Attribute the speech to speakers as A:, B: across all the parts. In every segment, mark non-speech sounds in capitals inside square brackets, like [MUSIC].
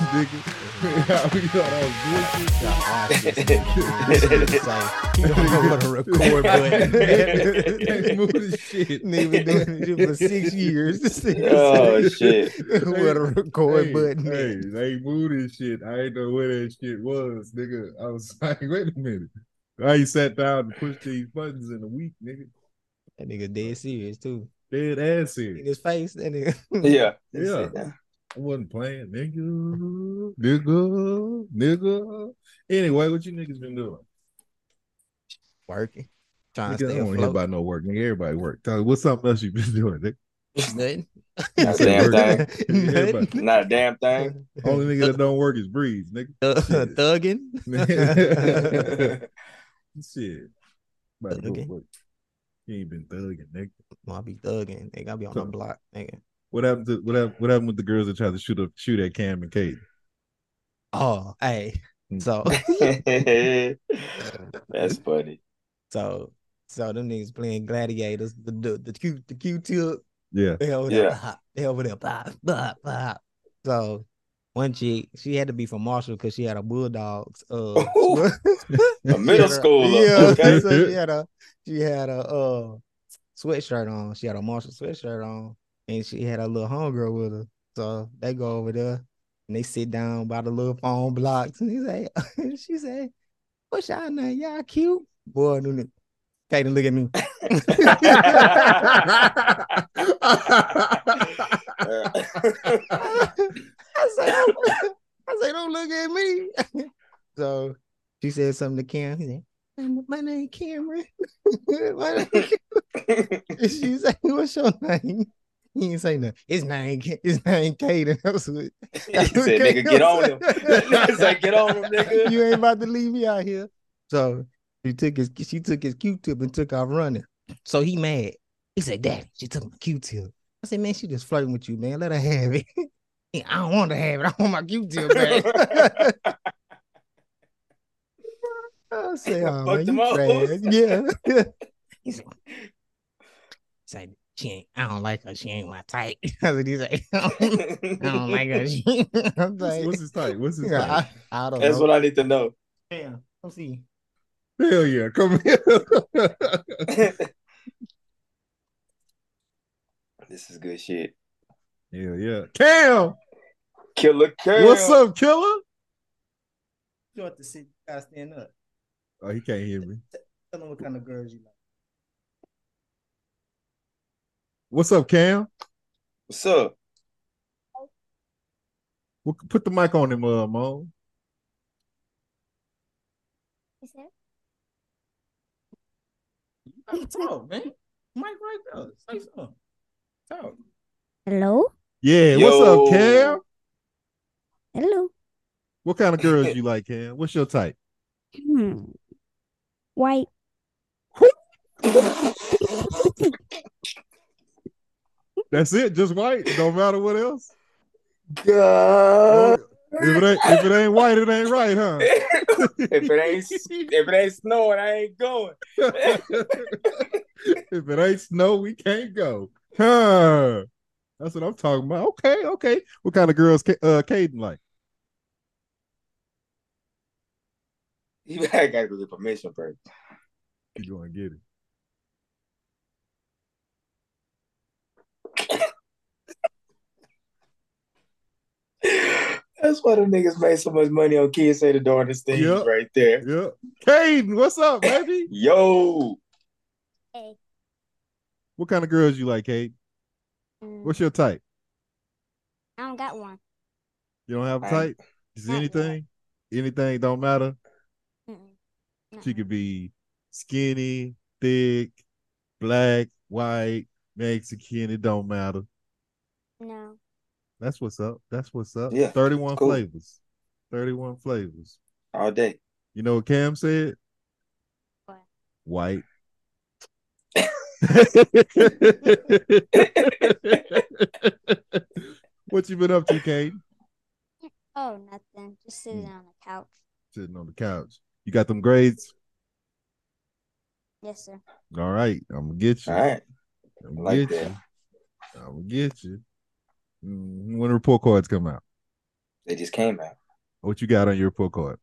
A: nigga. [LAUGHS] you know that was bullshit.
B: [LAUGHS] You don't know [LAUGHS] what a record button.
A: They moved the
B: [LAUGHS]
A: shit.
B: Nigga been doing this shit for [LAUGHS] six years. This nigga [LAUGHS]
C: Oh
B: said,
C: shit!
B: What a record
A: hey,
B: button.
A: Hey, they moved this shit. I ain't know where that shit was, nigga. I was [LAUGHS] like, wait a minute. I ain't sat down and pushed these buttons in a week, nigga.
B: That nigga dead serious too.
A: Dead ass here.
B: In his face, that nigga. [LAUGHS]
C: Yeah,
A: Yeah. I wasn't playing, nigga. Nigga. Nigga. Anyway, what you niggas been doing?
B: Working. Trying to
A: Nigga, I
B: stay
A: don't want to hear
B: afloat.
A: about no work. Nigga, everybody work. Tell me, what's something else you been [LAUGHS] doing, nigga?
B: [LAUGHS] Nothing.
C: Not a damn thing.
B: [LAUGHS] Nothing.
C: Not a damn thing. [LAUGHS]
A: Only nigga that don't work is Breeze, nigga.
B: [LAUGHS] Thug- [LAUGHS] Thugging.
A: [LAUGHS] Shit. About to go
B: Thugging.
A: work. You ain't been thugging, nigga.
B: Well, I be thugging. Nigga, I be on the block. Nigga.
A: What happened to what happened, what happened with the girls that tried to shoot up shoot at Cam and Kate?
B: Oh, hey. So [LAUGHS]
C: That's funny.
B: so so them niggas playing gladiators. The the the Q the Q tip. [LAUGHS]
A: Yeah.
B: They over there.
C: Yeah.
B: blah, They over there. Blah, blah, blah. [LAUGHS] So one chick, she had to be from Marshall because she had a bulldogs. Uh, [LAUGHS]
C: Ooh. A
B: she
C: middle
B: had a-
C: schooler.
B: [LAUGHS]
A: [LAUGHS]
B: Yeah,
C: Okay. [LAUGHS]
B: so she had a she had a uh sweatshirt on. She had a Marshall sweatshirt on, and she had a little homegirl with her. So they go over there and they sit down by the little phone blocks, and he say, [LAUGHS] she said, "What's y'all name? Y'all cute, boy." them niggas- Kaden, look at me. I say, "Don't- I say, don't look at me. [LAUGHS] so she said something to Cam. He said, "Um, my name Cameron. [LAUGHS] my name Cameron. she said, what's your name? He didn't say nothing. His name, Ca- his name Caden. [LAUGHS] That was what.
C: he said, "Nigga, get on him." [LAUGHS] Nigga said, "Get on him, nigga."
B: you ain't about to leave me out here. So she took his, she took his Q-tip and took off running. So he mad. He said, "Daddy, she took my Q-tip." I said, "Man, she just flirting with you, man. Let her have it." [LAUGHS] He, I don't want to have it. I want my Q-tip
C: [LAUGHS]
B: back. I say, "Oh man,
C: Fucked him
B: you [LAUGHS]
C: up."
B: trash." Yeah. he said, said, "She ain't. I don't like her. She ain't my type." [LAUGHS] I said, "He's like, I don't, I don't like her." She, [LAUGHS] I'm
A: What's,
B: like,
A: what's his type? What's
B: [LAUGHS]
A: his
B: yeah,
A: type?
B: I, I don't
C: That's
B: know.
C: what I need to know.
B: Damn. Let's see.
A: Hell yeah, come here. [LAUGHS]
C: This is good shit.
A: yeah, yeah. Cam,
C: Killer Cam.
A: what's up, killer?
B: You have to sit. Gotta stand up.
A: Oh, he can't hear me.
B: Tell them what kind of girls you like.
A: What's up, Cam?
C: What's up?
A: Well, Put the mic on him, uh, Mo.
B: I'm talk, man. Mike, right there. Say something. Talk.
D: Hello?
A: Yeah, what's
C: Yo.
A: up, Cam?
D: Hello.
A: What kind of girls you like, Cam? What's your type?
D: Hmm. White.
A: That's it, just white. No matter what else.
C: God. [LAUGHS]
A: If it ain't, if it ain't white, it ain't right, huh?
C: if it ain't if it ain't snowing, I ain't going.
A: [LAUGHS] if it ain't snow, we can't go. Huh? That's what I'm talking about. Okay, okay. What kind of girls, Ca- uh, Caden like?
C: [LAUGHS] You I gotta go get permission first.
A: You gonna get it?
C: That's why them niggas made so much money on kids say the door this thing
A: Yep.
C: right there.
A: Yeah. Caden, what's up, baby?
C: Yo,
D: Hey.
A: what kind of girls you like, Caden? What's your type?
D: Mm, I don't got one.
A: You don't have a
C: I-
A: type? Is
D: Not yet.
A: anything? Anything don't matter.
D: Mm-mm.
A: She
D: Mm-mm.
A: could be skinny, thick, black, white, Mexican. It don't matter.
D: No.
A: That's what's up. That's what's up.
C: Yeah,
A: 31
C: cool.
A: flavors. 31 flavors.
C: all [LAUGHS] day.
A: You know what Cam said?
D: What?
C: [LAUGHS]
A: White. what you been up to, Cade?
D: Oh, nothing. Just
A: Hmm.
D: sitting on the couch.
A: Sitting on the couch. You got them grades?
D: Yes, sir.
A: All right. I'm gonna get you.
C: All right,
A: I'm gonna get
C: like that.
A: Mm, you. I'm gonna get you. Mhm. When the report cards come out.
C: They just came out. [CLEARS THROAT]
A: What you got on your report card?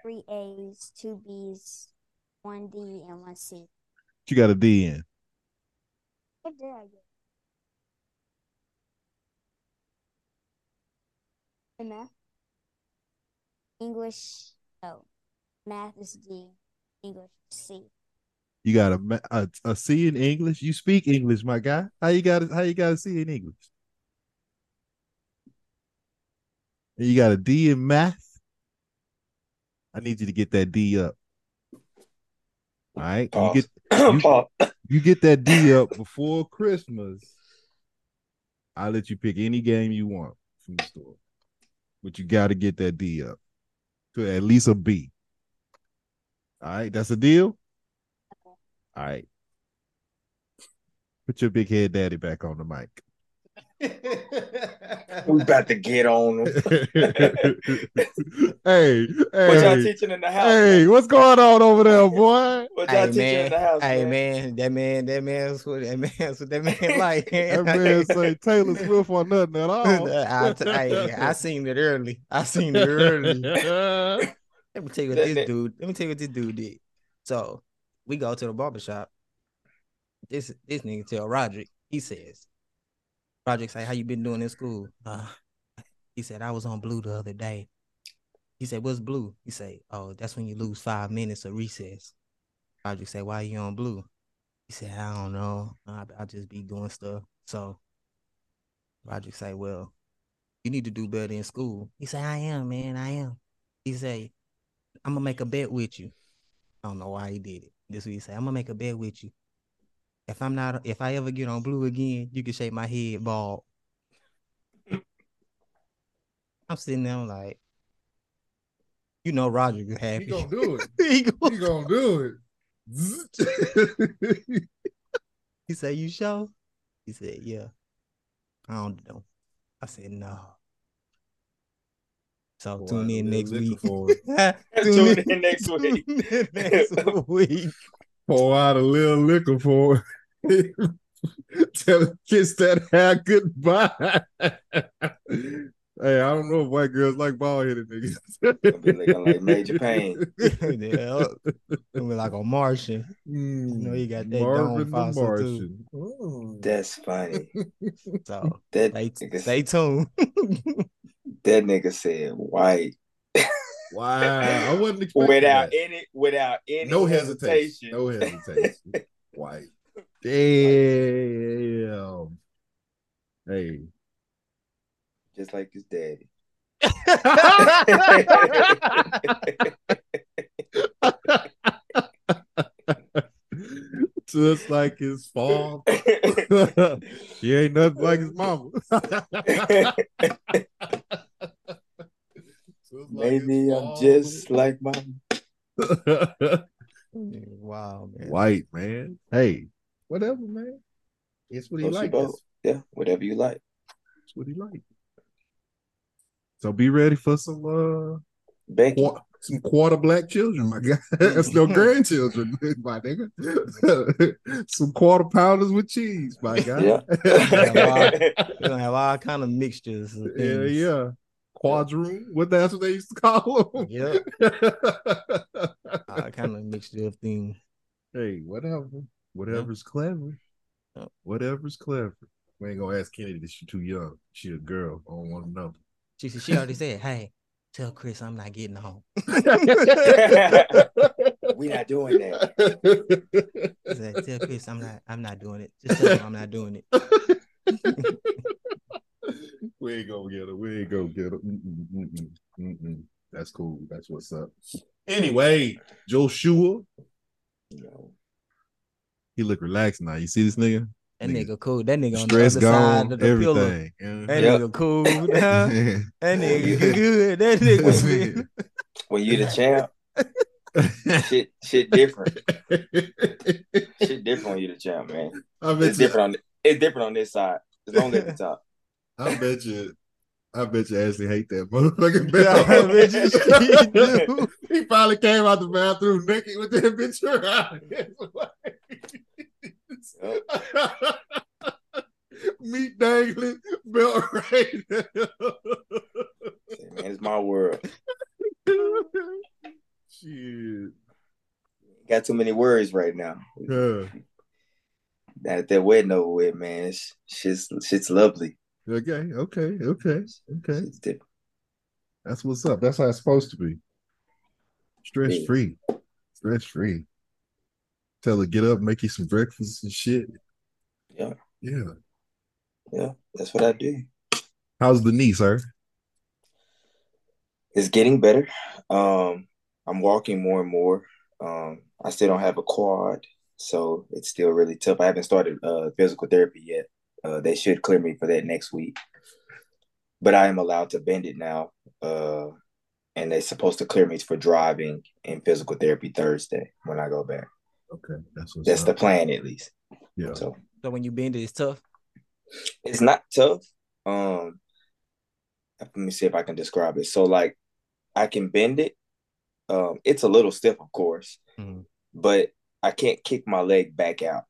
D: Three A's, two B's, one D, and one C.
A: You got a D in.
D: What did I get? In math? English, no. Math is D. English, C. [GASPS]
A: [LAUGHS] You got a ma- a, a C in English. You speak English, my guy. How you got a, how you got a C in English? And you got a D in math. I need you to get that D up. All right, you
C: Pause.
A: get You-
C: Pause.
A: you get that D up before Christmas. I'll let you pick any game you want from the store, but you got to get that D up to at least a B. All right, that's a deal. All right, put your big head daddy back on the mic. [LAUGHS]
C: We about to get on them.
A: hey,
C: What y'all
A: hey,
C: teaching in the house?
A: hey, what's going on over there,
B: [LAUGHS]
A: boy?
C: What
B: Hey
C: y'all teaching in
B: man,
C: the house?
B: hey
C: man?
B: man, that man, that man's what that man's what that man [LAUGHS] like.
A: That man say Taylor Swift or nothing at
B: [LAUGHS]
A: all.
B: I, t- hey, I seen it early. I seen
A: [LAUGHS]
B: it [LAUGHS] early. Let me tell you what
C: Doesn't
B: this
C: it-
B: dude. Let me tell you what this dude did. So we go to the barbershop. This this nigga tell Roderick. He says, Roderick say, how you been doing in school? Uh, he said, I was on blue the other day. He said, what's blue? He say, oh, that's when you lose five minutes of recess. Roderick say, why you on blue? He said, I don't know. I, I just be doing stuff. So Roderick say, well, you need to do better in school. He say, I am, man. I am. He say, I'm gonna make a bet with you. I don't know why he did it. This is what he said. I'm gonna make a bet with you. If I'm not, if I ever get on blue again, you can shake my head bald. I'm sitting there, I'm like, you know, Roger could have
A: He
B: it.
A: gonna do it. He
B: he,
A: gonna do it.
B: [LAUGHS] he said, "You sure?" He said, "Yeah." I don't know. I said, "No." So
A: Boy,
B: tune in
A: they're
B: next
A: looking
B: week.
A: for
B: [LAUGHS]
A: it.
C: [LAUGHS] Tune in next
A: [LAUGHS]
C: week.
B: Tune in next
C: [LAUGHS]
B: week.
A: Pour out a little liquor for it. [LAUGHS] Tell her, kiss that hair goodbye. [LAUGHS] hey, I don't know if white girls like bald headed niggas.
C: be looking like Major Payne.
B: yeah, "Oh." I'm like a Martian.
A: Mm,
B: know you got that
A: Marvin
B: Dawn
A: the
B: Foster, too.
A: Martian. Mm.
C: That's funny.
A: [LAUGHS]
B: So
C: That
B: stay,
C: nigga,
B: stay tuned. [LAUGHS]
C: that nigga said white
A: Wow, I wasn't expecting
C: without
A: that.
C: any without any
A: no
C: hesitation.
A: hesitation. No hesitation.
C: [LAUGHS]
A: White. Damn. Hey. [LAUGHS]
C: Just like his daddy.
A: Just like his [LAUGHS] father. [LAUGHS]
C: [LAUGHS]
A: he ain't nothing like his mama. [LAUGHS] Just like his
C: Maybe I'm
A: father.
C: just like my
B: wow,
A: [LAUGHS]
B: man.
A: white, man. Hey, whatever, man. It's what he
C: Don't you
A: likes.
C: both? Yeah, whatever you like.
A: That's what he like. So be ready for some uh
C: Becky. [LAUGHS]
A: qua- some quarter black children, my guy. [LAUGHS] That's no grandchildren, [LAUGHS] my nigga. [LAUGHS] some quarter pounders with cheese, my guy.
C: Yeah.
A: [LAUGHS]
B: We're gonna have all kind of mixtures. Of
A: yeah,
B: things.
A: yeah. Quadroon. What that's what they used to call them.
B: yeah. All kind of mixture of things.
A: [LAUGHS] hey, whatever. Whatever's clever.
B: Yeah.
A: Whatever's clever. We ain't gonna ask Kennedy that she too young. She a girl. I don't want to know.
B: She said she already said, "Hey, tell Chris I'm not getting home."
A: [LAUGHS]
C: we not doing that.
B: She said, "Tell Chris I'm not, I'm not doing it. Just tell him I'm not doing it."
A: we ain't gonna get her. We ain't gonna get her. Mm, Mm-mm, mm-mm, mm-mm. mm, That's cool. That's what's up. Anyway, Joshua,
C: No.
A: he look relaxed now. You see this nigga?
B: That
A: Nigga.
B: nigga cool. That nigga on the
A: Stress
B: other side
A: gone,
B: of the pillow.
A: everything.
B: That
C: Yep.
B: nigga cool. huh?
A: Yeah. [LAUGHS]
B: That nigga good. That [LAUGHS] nigga.
C: When you the champ, shit shit different. Shit different when you the champ, man.
A: [LAUGHS] I
C: It's
A: bet you.
C: different on it's different on this side. It's only at the top.
A: I bet you. I bet you Ashley hate that motherfucking bell.
B: [LAUGHS] I
A: [LAUGHS]
B: bet you she do.
A: he probably came out the bathroom naked with that bitch around his [LAUGHS] waist. [LAUGHS] Meat dangling, belt right. there.
C: my world.
A: [LAUGHS] Shit.
C: Got too many worries right now.
A: Yeah.
C: Now that that wedding over with, man, it's shit's shit's lovely.
A: Okay, okay, okay, okay.
C: Shit's different.
A: That's what's up. That's how it's supposed to be. Stress
C: Yeah.
A: free. Stress free. Tell her get up, make you some breakfast and shit.
C: Yeah.
A: Yeah.
C: Yeah, that's what I do.
A: How's the knee, sir?
C: It's getting better. Um, I'm walking more and more. Um, I still don't have a quad, so it's still really tough. I haven't started uh physical therapy yet. Uh, they should clear me for that next week. But I am allowed to bend it now. Uh, and they're supposed to clear me for driving and physical therapy Thursday when I go back.
A: Okay, that's what's
C: That's the
A: up.
C: plan, at least.
A: yeah.
C: So
B: So when you bend it, it's tough.
C: it's not tough. Um, let me see if I can describe it. So like, I can bend it. Um, it's a little stiff, of course,
A: Hmm.
B: Mhm.
C: but I can't kick my leg back out.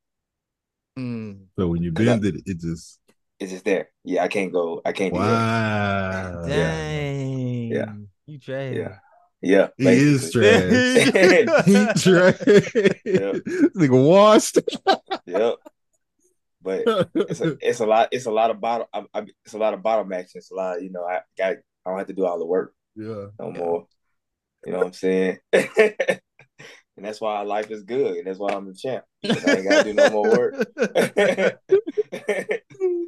B: Mm.
A: So when you bend it, it just
C: It's just there. Yeah, I can't go. I can't
A: wow.
B: Dang.
C: Yeah.
B: You
C: do
B: trash.
C: that.
B: [LAUGHS]
C: Yeah, yeah.
A: He is
C: basically.
A: trash. [LAUGHS] He trash. Nigga washed.
C: [LAUGHS] Yep. But it's a, it's a lot. It's a lot of bottom. I, I, it's a lot of bottom action. It's a lot. You know, I got. I don't have to do all the work.
A: [LAUGHS] yeah.
C: no
B: Yeah.
C: more. You know what I'm saying? [LAUGHS] and that's why life is good. And that's why I'm the champ. Because I ain't gotta do no more work.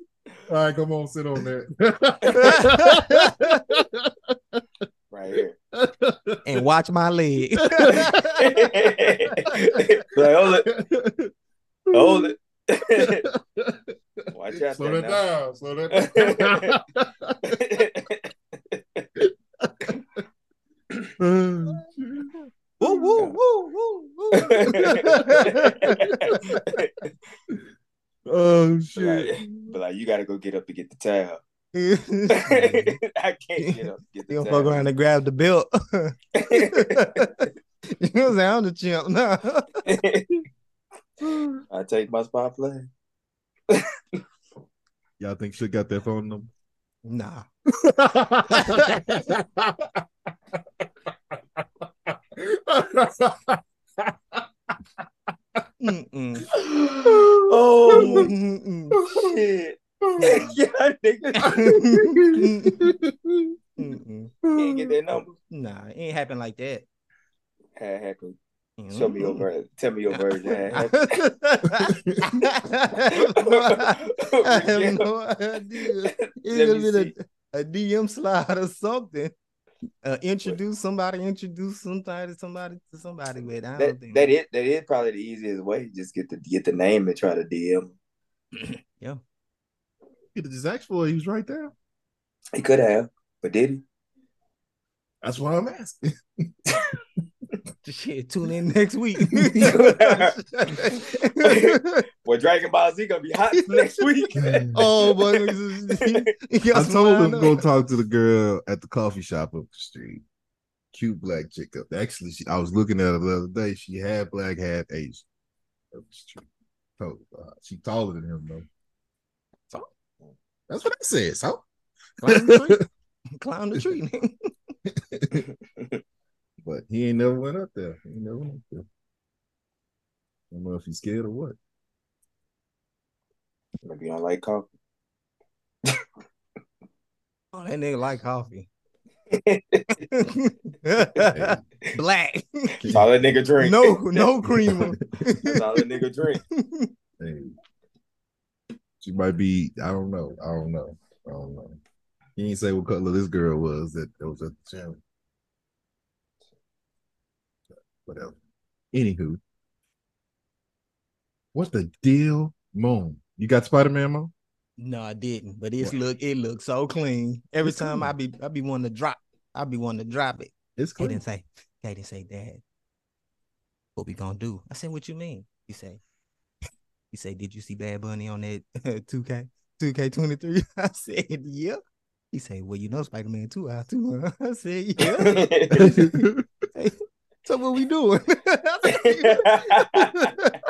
C: [LAUGHS]
A: All right, come on, sit on that.
C: right here. [LAUGHS]
B: and watch my
A: [LAUGHS]
B: leg. [LAUGHS]
C: like, [LAUGHS] hold it, hold
A: [LAUGHS]
C: it. [LAUGHS] Watch out
A: Slow
C: there
A: that
C: now.
A: down. Slow
C: [LAUGHS]
A: that down.
B: woo,
A: [LAUGHS]
B: woo, woo, woo, woo.
A: oh shit.
C: Right. [LAUGHS] but like you gotta go get up and get the towel.
B: you
C: [LAUGHS] I can't get up and get the
B: don't
C: [LAUGHS]
B: fuck around and grab the belt. [LAUGHS] you know what I'm the champ now.
C: towel. I take my spot play.
A: Y'all think she got that phone number?
B: [LAUGHS] Nah.
A: [LAUGHS]
B: Mm-mm.
C: Oh
B: Mm-mm.
C: [LAUGHS] shit. yeah, nigga.
B: Mm-mm.
C: Can't
B: Mm-hmm.
C: get that number.
B: Nah, it ain't happen like that.
C: Had happened. Show me your
B: Mm-mm.
C: version. Tell me your version. Had happened.
B: [LAUGHS] I have
C: [LAUGHS]
B: no [LAUGHS] idea. It's
C: Let
B: gonna
C: me
B: be a, a DM slide or something. Uh, introduce somebody, introduce somebody, somebody to somebody. But I don't
C: That,
B: think
C: that is that is probably the easiest way. Just get the get the name and try to DM.
A: His actual, he was right there.
C: He could have, but did he?
A: That's why I'm asking.
B: Shit, tune in next
C: [LAUGHS]
B: week. [LAUGHS]
C: Well, Dragon Ball Z gonna
B: [LAUGHS]
C: be hot next week.
B: oh boy, [LAUGHS]
A: I told him go talk to the girl at the coffee shop up the street. Cute black chick up. Actually, she, I was looking at her the other day. She had black, had Asian. Up the street. Told, uh, she taller than him though. So that's what I said. So
B: climb the tree. Climb the tree. nigga.
A: but he ain't never went up there. He never went up there. I don't know if he's scared or what.
C: Maybe you don't like coffee.
B: Oh, that nigga like coffee.
A: Hey,
B: Black.
C: That's all that nigga drink.
B: No, no creamer.
C: [LAUGHS] That's all that nigga drink.
A: hey. She might be, I don't know. I don't know. I don't know. He ain't say what color this girl was that, that was at the gym. Whatever. Anywho. What's the deal, Moon? You got Spider-Man Moon?
B: no, I didn't. But it's
A: What?
B: look, it looks so clean. Every
A: It's
B: time
A: clean.
B: I be I be wanting to drop, I be wanting to drop it.
A: It's
B: They
A: clean.
B: didn't say, they didn't say, Dad, what we gonna do? I said, What you mean? He say, He say, Did you see Bad Bunny on that [LAUGHS] 2K, 2K23? [LAUGHS] I said, Yeah. He say, Well, you know Spider Man 2 out too. Huh? [LAUGHS] I said, Yeah. [LAUGHS] so what we doing? [LAUGHS] I [LAUGHS] said,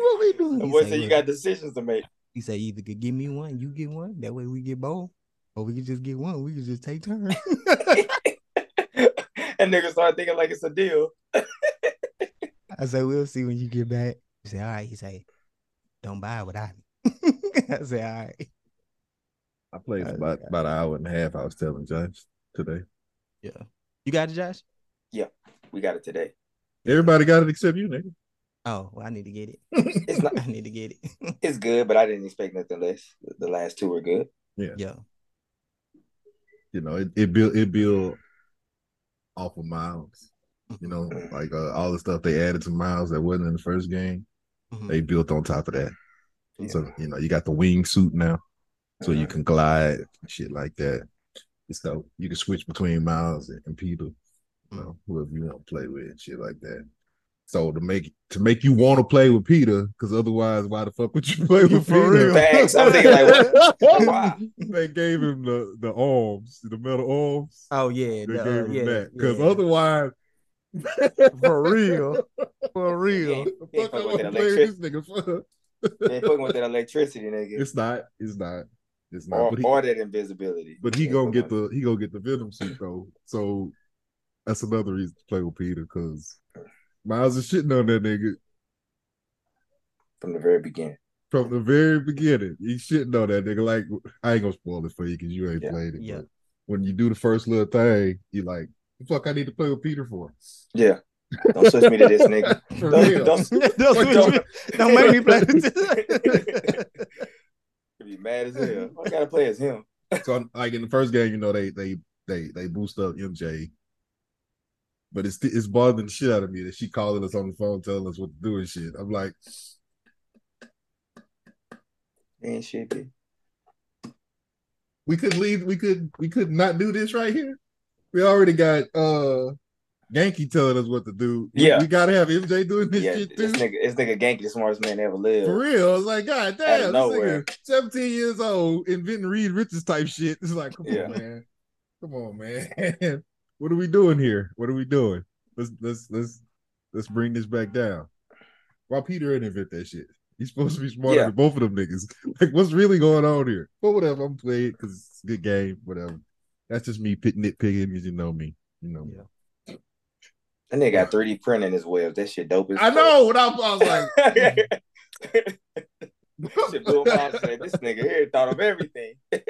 B: what we doing?
C: And
B: He
C: [LAUGHS] boy
B: say,
C: said you
B: "Look,"
C: got decisions to make. [LAUGHS]
B: He say, either could give me one, you get one. That way we get both. Or we could just get one. We could just take [LAUGHS] turns.
C: and niggas start thinking like it's a deal.
B: I say, we'll see when you get back. He say, all right. He say, don't buy it without me. [LAUGHS] I say, all right.
A: I played
B: Oh,
A: for about,
B: God.
A: about an hour and a half. I was telling Josh today.
B: Yeah. You got it, Josh?
C: We got it today.
A: Everybody got it except you, nigga.
B: Oh, well, I need to get it.
C: It's
B: [LAUGHS]
C: not.
B: I need to get it.
C: It's good, but I didn't expect nothing less. The last two were good.
B: yeah.
A: You know, it, it built it built off of Miles. You know, like uh, all the stuff they added to Miles that wasn't in the first game,
B: Mhm.
A: they built on top of that. So you know, you got the wingsuit now, so
C: Uh-huh.
A: you can glide and shit like that. So you can switch between Miles and, and Peter, you know, whoever you want to play with and shit like that. So to make to make you want to play with Peter, because otherwise, why the fuck would you [LAUGHS] play with
B: For
A: Peter?
B: real.
C: Facts. I'm
A: [LAUGHS]
C: thinking like, Why?
A: they gave him the the arms, the metal arms.
B: Oh, yeah.
A: they
B: the,
A: gave
B: uh,
A: him
B: yeah,
A: that because
B: yeah.
A: [LAUGHS] otherwise,
B: For [LAUGHS] real.
A: [LAUGHS]
B: For real.
A: fuck, I
C: fucking with
A: wanna
C: that
A: play with this nigga for.
C: They ain't fucking with that electricity, nigga.
A: It's not. It's not. It's not.
C: or,
A: but he,
C: or that invisibility.
A: but he
C: Yeah,
A: gonna
C: come
A: get the
C: on.
A: he gonna get the venom suit though. So that's another reason to play with Peter because Miles is shitting on that nigga
C: from the very beginning.
A: from the very beginning. He's shitting on that nigga. Like I ain't gonna spoil it for you because you ain't
C: Yeah.
A: played it.
B: Yeah.
A: but When you do the first little thing, you like, "The fuck, I need to play with Peter for.
C: Yeah. Don't switch me to this nigga.
A: [LAUGHS] For
C: Don't-
A: real.
C: don't-
B: Don't switch me-
A: [LAUGHS]
B: don't make me play
C: [LAUGHS]
B: this.
C: Be mad as hell. I gotta play as him.
A: So I'm- like in the first game, you know they they they they boost up MJ, but it's it's bothering the shit out of me that she calling us on the phone telling us what to do and shit. I'm like,
C: Ain't shit. bitch.
A: we could leave, we could we could not do this right here. We already got uh Yankee telling us what to do. We-
C: Yeah.
A: we, gotta have MJ doing this
C: Yeah,
A: shit
C: this
A: too.
C: nigga, this nigga Ganky, the smartest man that ever lived.
A: For real, it's like God damn, this
C: nowhere.
A: nigga, seventeen years old, inventing Reed Richards type shit. It's like, come
C: Yeah.
A: on, man, come on, man. [LAUGHS] what are we doing here? What are we doing? Let's let's let's let's bring this back down. Why Peter didn't invent that shit? He's supposed to be smarter
C: Yeah.
A: than both of them niggas. [LAUGHS] Like, what's really going on here? But whatever, I'm playing because it's a good game. Whatever. That's just me pit- nitpicking because you know me. You know. me.
B: Yeah.
C: That nigga got 3D printing his webs. That shit dope as
A: I
C: fuck.
A: know. When I, I was like,
C: [LAUGHS]
A: [LAUGHS]
C: shit blew my mind. Said, this nigga here thought of everything.
B: [LAUGHS]
C: [LAUGHS]
A: this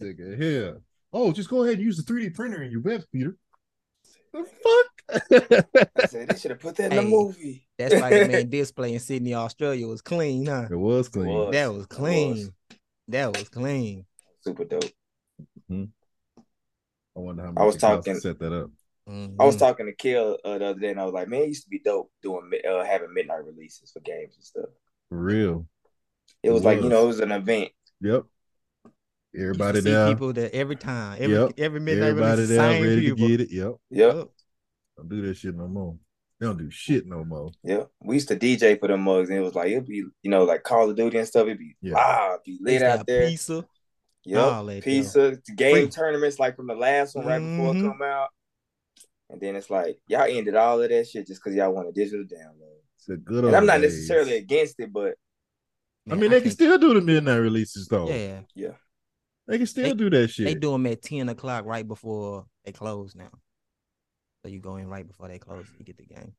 A: nigga here. Oh, just go ahead and use the 3D printer in your web, Peter. The fuck?
C: I said they should have put that in
B: Hey,
C: the movie.
B: That's like the man display in Sydney, Australia was clean, huh?
A: it was clean.
C: Was.
B: That was
C: It was.
B: clean. That was clean.
C: Super dope.
B: Mm-hmm.
A: I wonder how much
C: I was
A: it cost
C: talking-
A: to set that up.
C: I was
B: Mhm.
C: talking to Kill uh, the other day, and I was like, "Man, it used to be dope doing mi- uh, having midnight releases for games and stuff."
A: For real.
C: It was
A: It
C: like you
A: was.
C: know, it was an event.
A: Yep.
B: Used
A: Everybody
B: to see
A: there.
B: people that every time, every
A: Yep.
B: every midnight
A: Everybody
B: release, the
A: there
B: same
A: ready
B: people.
A: to get it. Yep.
C: Yep,
B: Yup.
A: Don't do that shit no more. They don't do shit no more.
C: yep. We used to DJ for them mugs, and it was like it'd be you know like Call of Duty and stuff. It'd be
A: Yeah.
C: ah, be
B: They
C: lit
B: used to
C: out
B: have
C: there.
B: Pizza. all that
C: Yep, pizza game tournaments like from the last one right before it
B: Mhm.
C: come out, and then it's like y'all ended all of that shit just because y'all want a digital download.
A: It's a good
C: And
A: old
C: I'm not
A: days.
C: necessarily against it, but
A: I
B: Man,
A: mean, they can
B: can't-
A: still do the midnight releases though.
B: Yeah,
A: They can still
B: They-
A: do that shit.
B: they do them at ten o'clock right before they close now. So you go in right before they close, you get the game.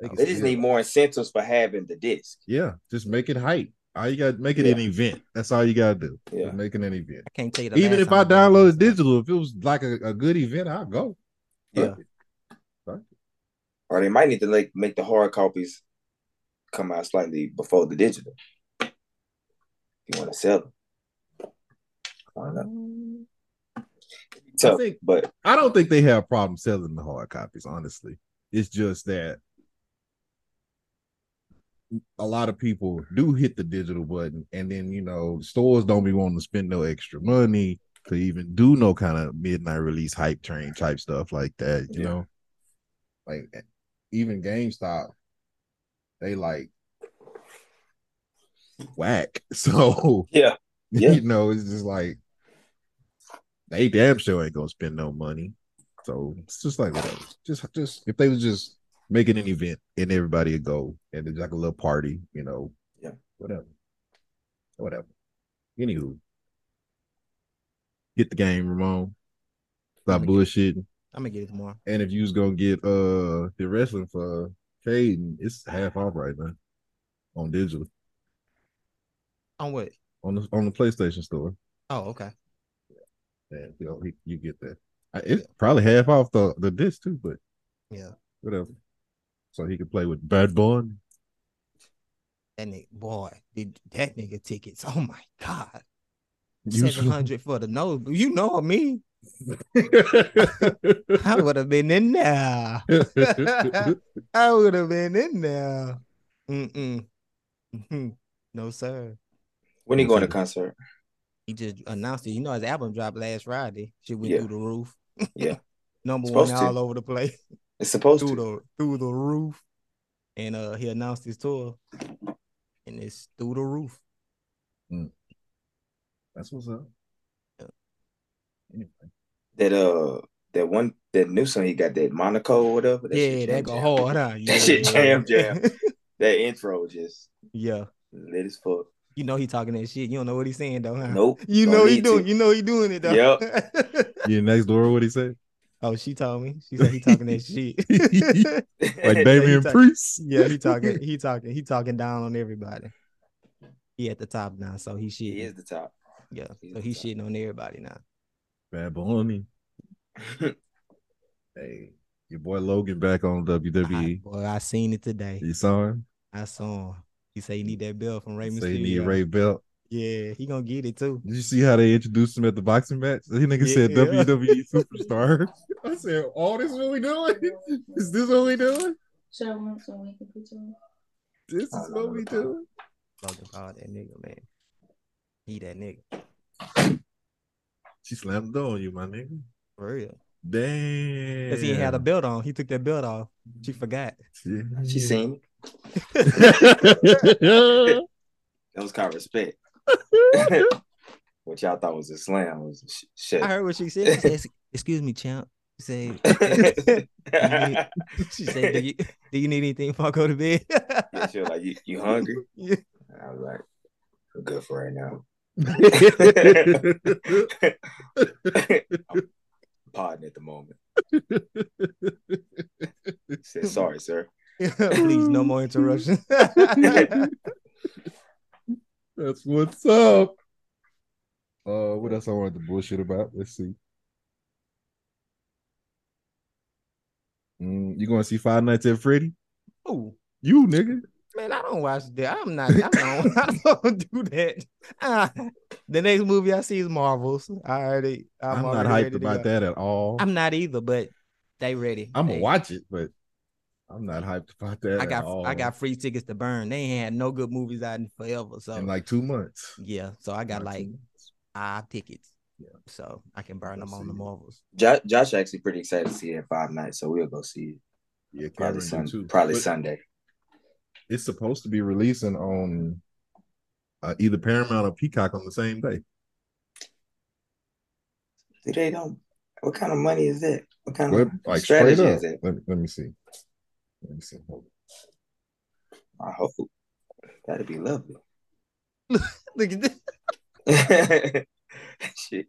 A: They can
C: they just
A: still-
C: need more incentives for having the disc.
A: Yeah, just make it hype. All you got make it an event. That's all you gotta do.
C: Yeah.
A: Just make it an event.
B: I can't tell you. The
A: Even
B: last
A: if I
B: time did
A: downloaded
B: that.
A: digital, if it was like a, a good event, I'll go.
C: Yeah.
A: Fuck it.
C: Or they might need to like make the hard copies come out slightly before the digital. If you want to sell them. I don't know.
D: Hmm.
A: I
C: Tough,
A: think-
C: but
A: I don't think they have a problem selling the hard copies, honestly. It's just that a lot of people do hit the digital button, and then you know, stores don't be wanting to spend no extra money to even do no kind of midnight release hype train type stuff like that, you
C: Yeah.
A: know. Like eh, even GameStop, they like whack. [LAUGHS] So
C: yeah,
A: [LAUGHS]
C: Yeah.
A: you know, it's just like they damn sure ain't gonna spend no money. So it's just like whatever. Just just if they was just making an event and everybody would go and it's like a little party, you know.
C: Yeah.
A: Whatever. Whatever. Anywho, Get the game, Ramon. Stop
B: I'ma get-
A: bullshitting.
B: I'm gonna get it tomorrow.
A: And if you was gonna get uh the wrestling for Caden, it's half off right now on digital
B: On what?
A: on the on the PlayStation Store.
B: Oh, okay.
A: Yeah, you, know, he- you get that. I- It's probably half off the the disc too, but
B: Yeah.
A: whatever. So he could play with Bad Bunny.
B: That nigga, boy, did that nigga tickets? Oh my god,
A: You-
B: seven hundred for the nose. You know me. I would have been in there. I would have been in there. Mm-mm. Mhm. no sir.
C: When you going to concert?
B: He just announced it. You know his album dropped last Friday. Shit went
C: Yeah.
B: through the roof.
C: [LAUGHS] Yeah.
B: [LAUGHS] Number
C: Supposed
B: one
C: to.
B: all over the place.
C: It's supposed
B: through
C: to.
B: the through the roof. And uh he announced his tour. And it's through the roof.
A: [LAUGHS] That's what's up. Anyway.
C: That uh, that one, that new song he got, that Monaco or whatever. That
B: yeah,
C: shit
B: that
C: jam,
B: go
C: jam.
B: hard, huh? Yeah,
C: shit
B: yeah.
C: jam, jam. That intro just
B: [LAUGHS] yeah.
C: lit as fuck.
B: You know he talking that shit. You don't know what he's saying though, huh?
C: Nope.
B: [LAUGHS] You
C: don't
B: know he
C: need
B: doing
C: to.
B: you know he doing it though.
A: Yeah, next door, what he say?
B: [LAUGHS] oh, she told me. She said he talking that shit. [LAUGHS]
A: Like
C: Yeah,
A: Like
B: he
A: Damian
B: talk-
A: Priest.
B: Yeah, he talking, he talking, he talking down on everybody. He at the top now, so he
C: [LAUGHS] he
B: shit.
C: is the top. [LAUGHS]
B: Yeah,
C: he
B: so
C: is
B: he
C: the
B: shitting on everybody now.
A: Bad Bunny. Hey, your boy Logan back on WWE.
B: I, boy, I seen it today.
A: You saw him?
B: I saw him. He say he need that belt from Ray
A: Say he need
B: Mysterio.
A: Ray Belt.
B: Yeah, he gonna get it too.
A: Did you see how they introduced him at the boxing match? He nigga said
B: Yeah.
A: WWE superstar. [LAUGHS] I said, "All this what we doing? Is this what we doing?
E: Should I want some makeup picture?
A: This is
C: I don't
A: what
C: know
A: we
C: about that.
A: doing?"
B: Fucking call that nigga, man. He that nigga
A: She slammed the door on you, my nigga.
B: for real.
A: Damn.
B: Cause he ain't had a belt on. He took that belt off. She forgot.
A: [LAUGHS]
C: She seen it.
A: Yeah.
C: That was kind of respect. what y'all thought was a slam was sh- shit.
B: I heard what she said. She said, "Ex- "Excuse me, champ." She said,
C: [LAUGHS]
B: [LAUGHS]
C: yeah,
B: "She said, do you, do you need anything before I go to bed?" [LAUGHS]
C: she was like, you, you
A: [LAUGHS]
C: hungry?
B: Yeah.
C: And I was like, I'm good for right now. I'm podding at the moment. She
A: [LAUGHS]
C: said, sorry, sir.
B: Please, no more interruptions.
A: That's what's up. Uh, what else I wanted to bullshit about? Let's see. Mm, you going to see Five Nights at Freddy?
B: [LAUGHS] Ooh,
A: You nigga.
B: man, I don't watch that. I'm not. I don't. [LAUGHS] I don't do that. Ah, the next movie I see is Marvels. I already. I'm,
A: I'm, not
B: already
A: hyped
B: ready to
A: about
B: go.
A: that at all. I'm,
B: I'm not either, but they ready.
A: gonna
B: They-
A: watch it, but I'm not hyped about that.
B: I
A: at
B: got.
A: all.
B: I got free tickets to burn. They ain't had no good movies out in forever. So
A: in like two months.
B: yeah, so I got
A: Not two
B: like
A: months.
B: five tickets.
A: Yeah.
B: So I can burn
A: Let's
B: them on the
A: see.
B: Marvels.
C: Josh, Josh actually pretty excited to see it at five nights, so we'll go see it.
A: Yeah, Cameron
C: Probably,
A: did
C: sun-
A: too.
C: probably
A: But-
C: Sunday.
A: it's supposed to be releasing on uh, either Paramount or Peacock on the same day.
C: Do they don't? What kind of money is that? What kind
A: What-
C: of
A: like straight
C: strategy
A: up.
C: is it?
A: Let me, let me see. Let me see. Hold
C: I hope that'd be lovely. [LAUGHS]
B: Look at this.
C: Shit.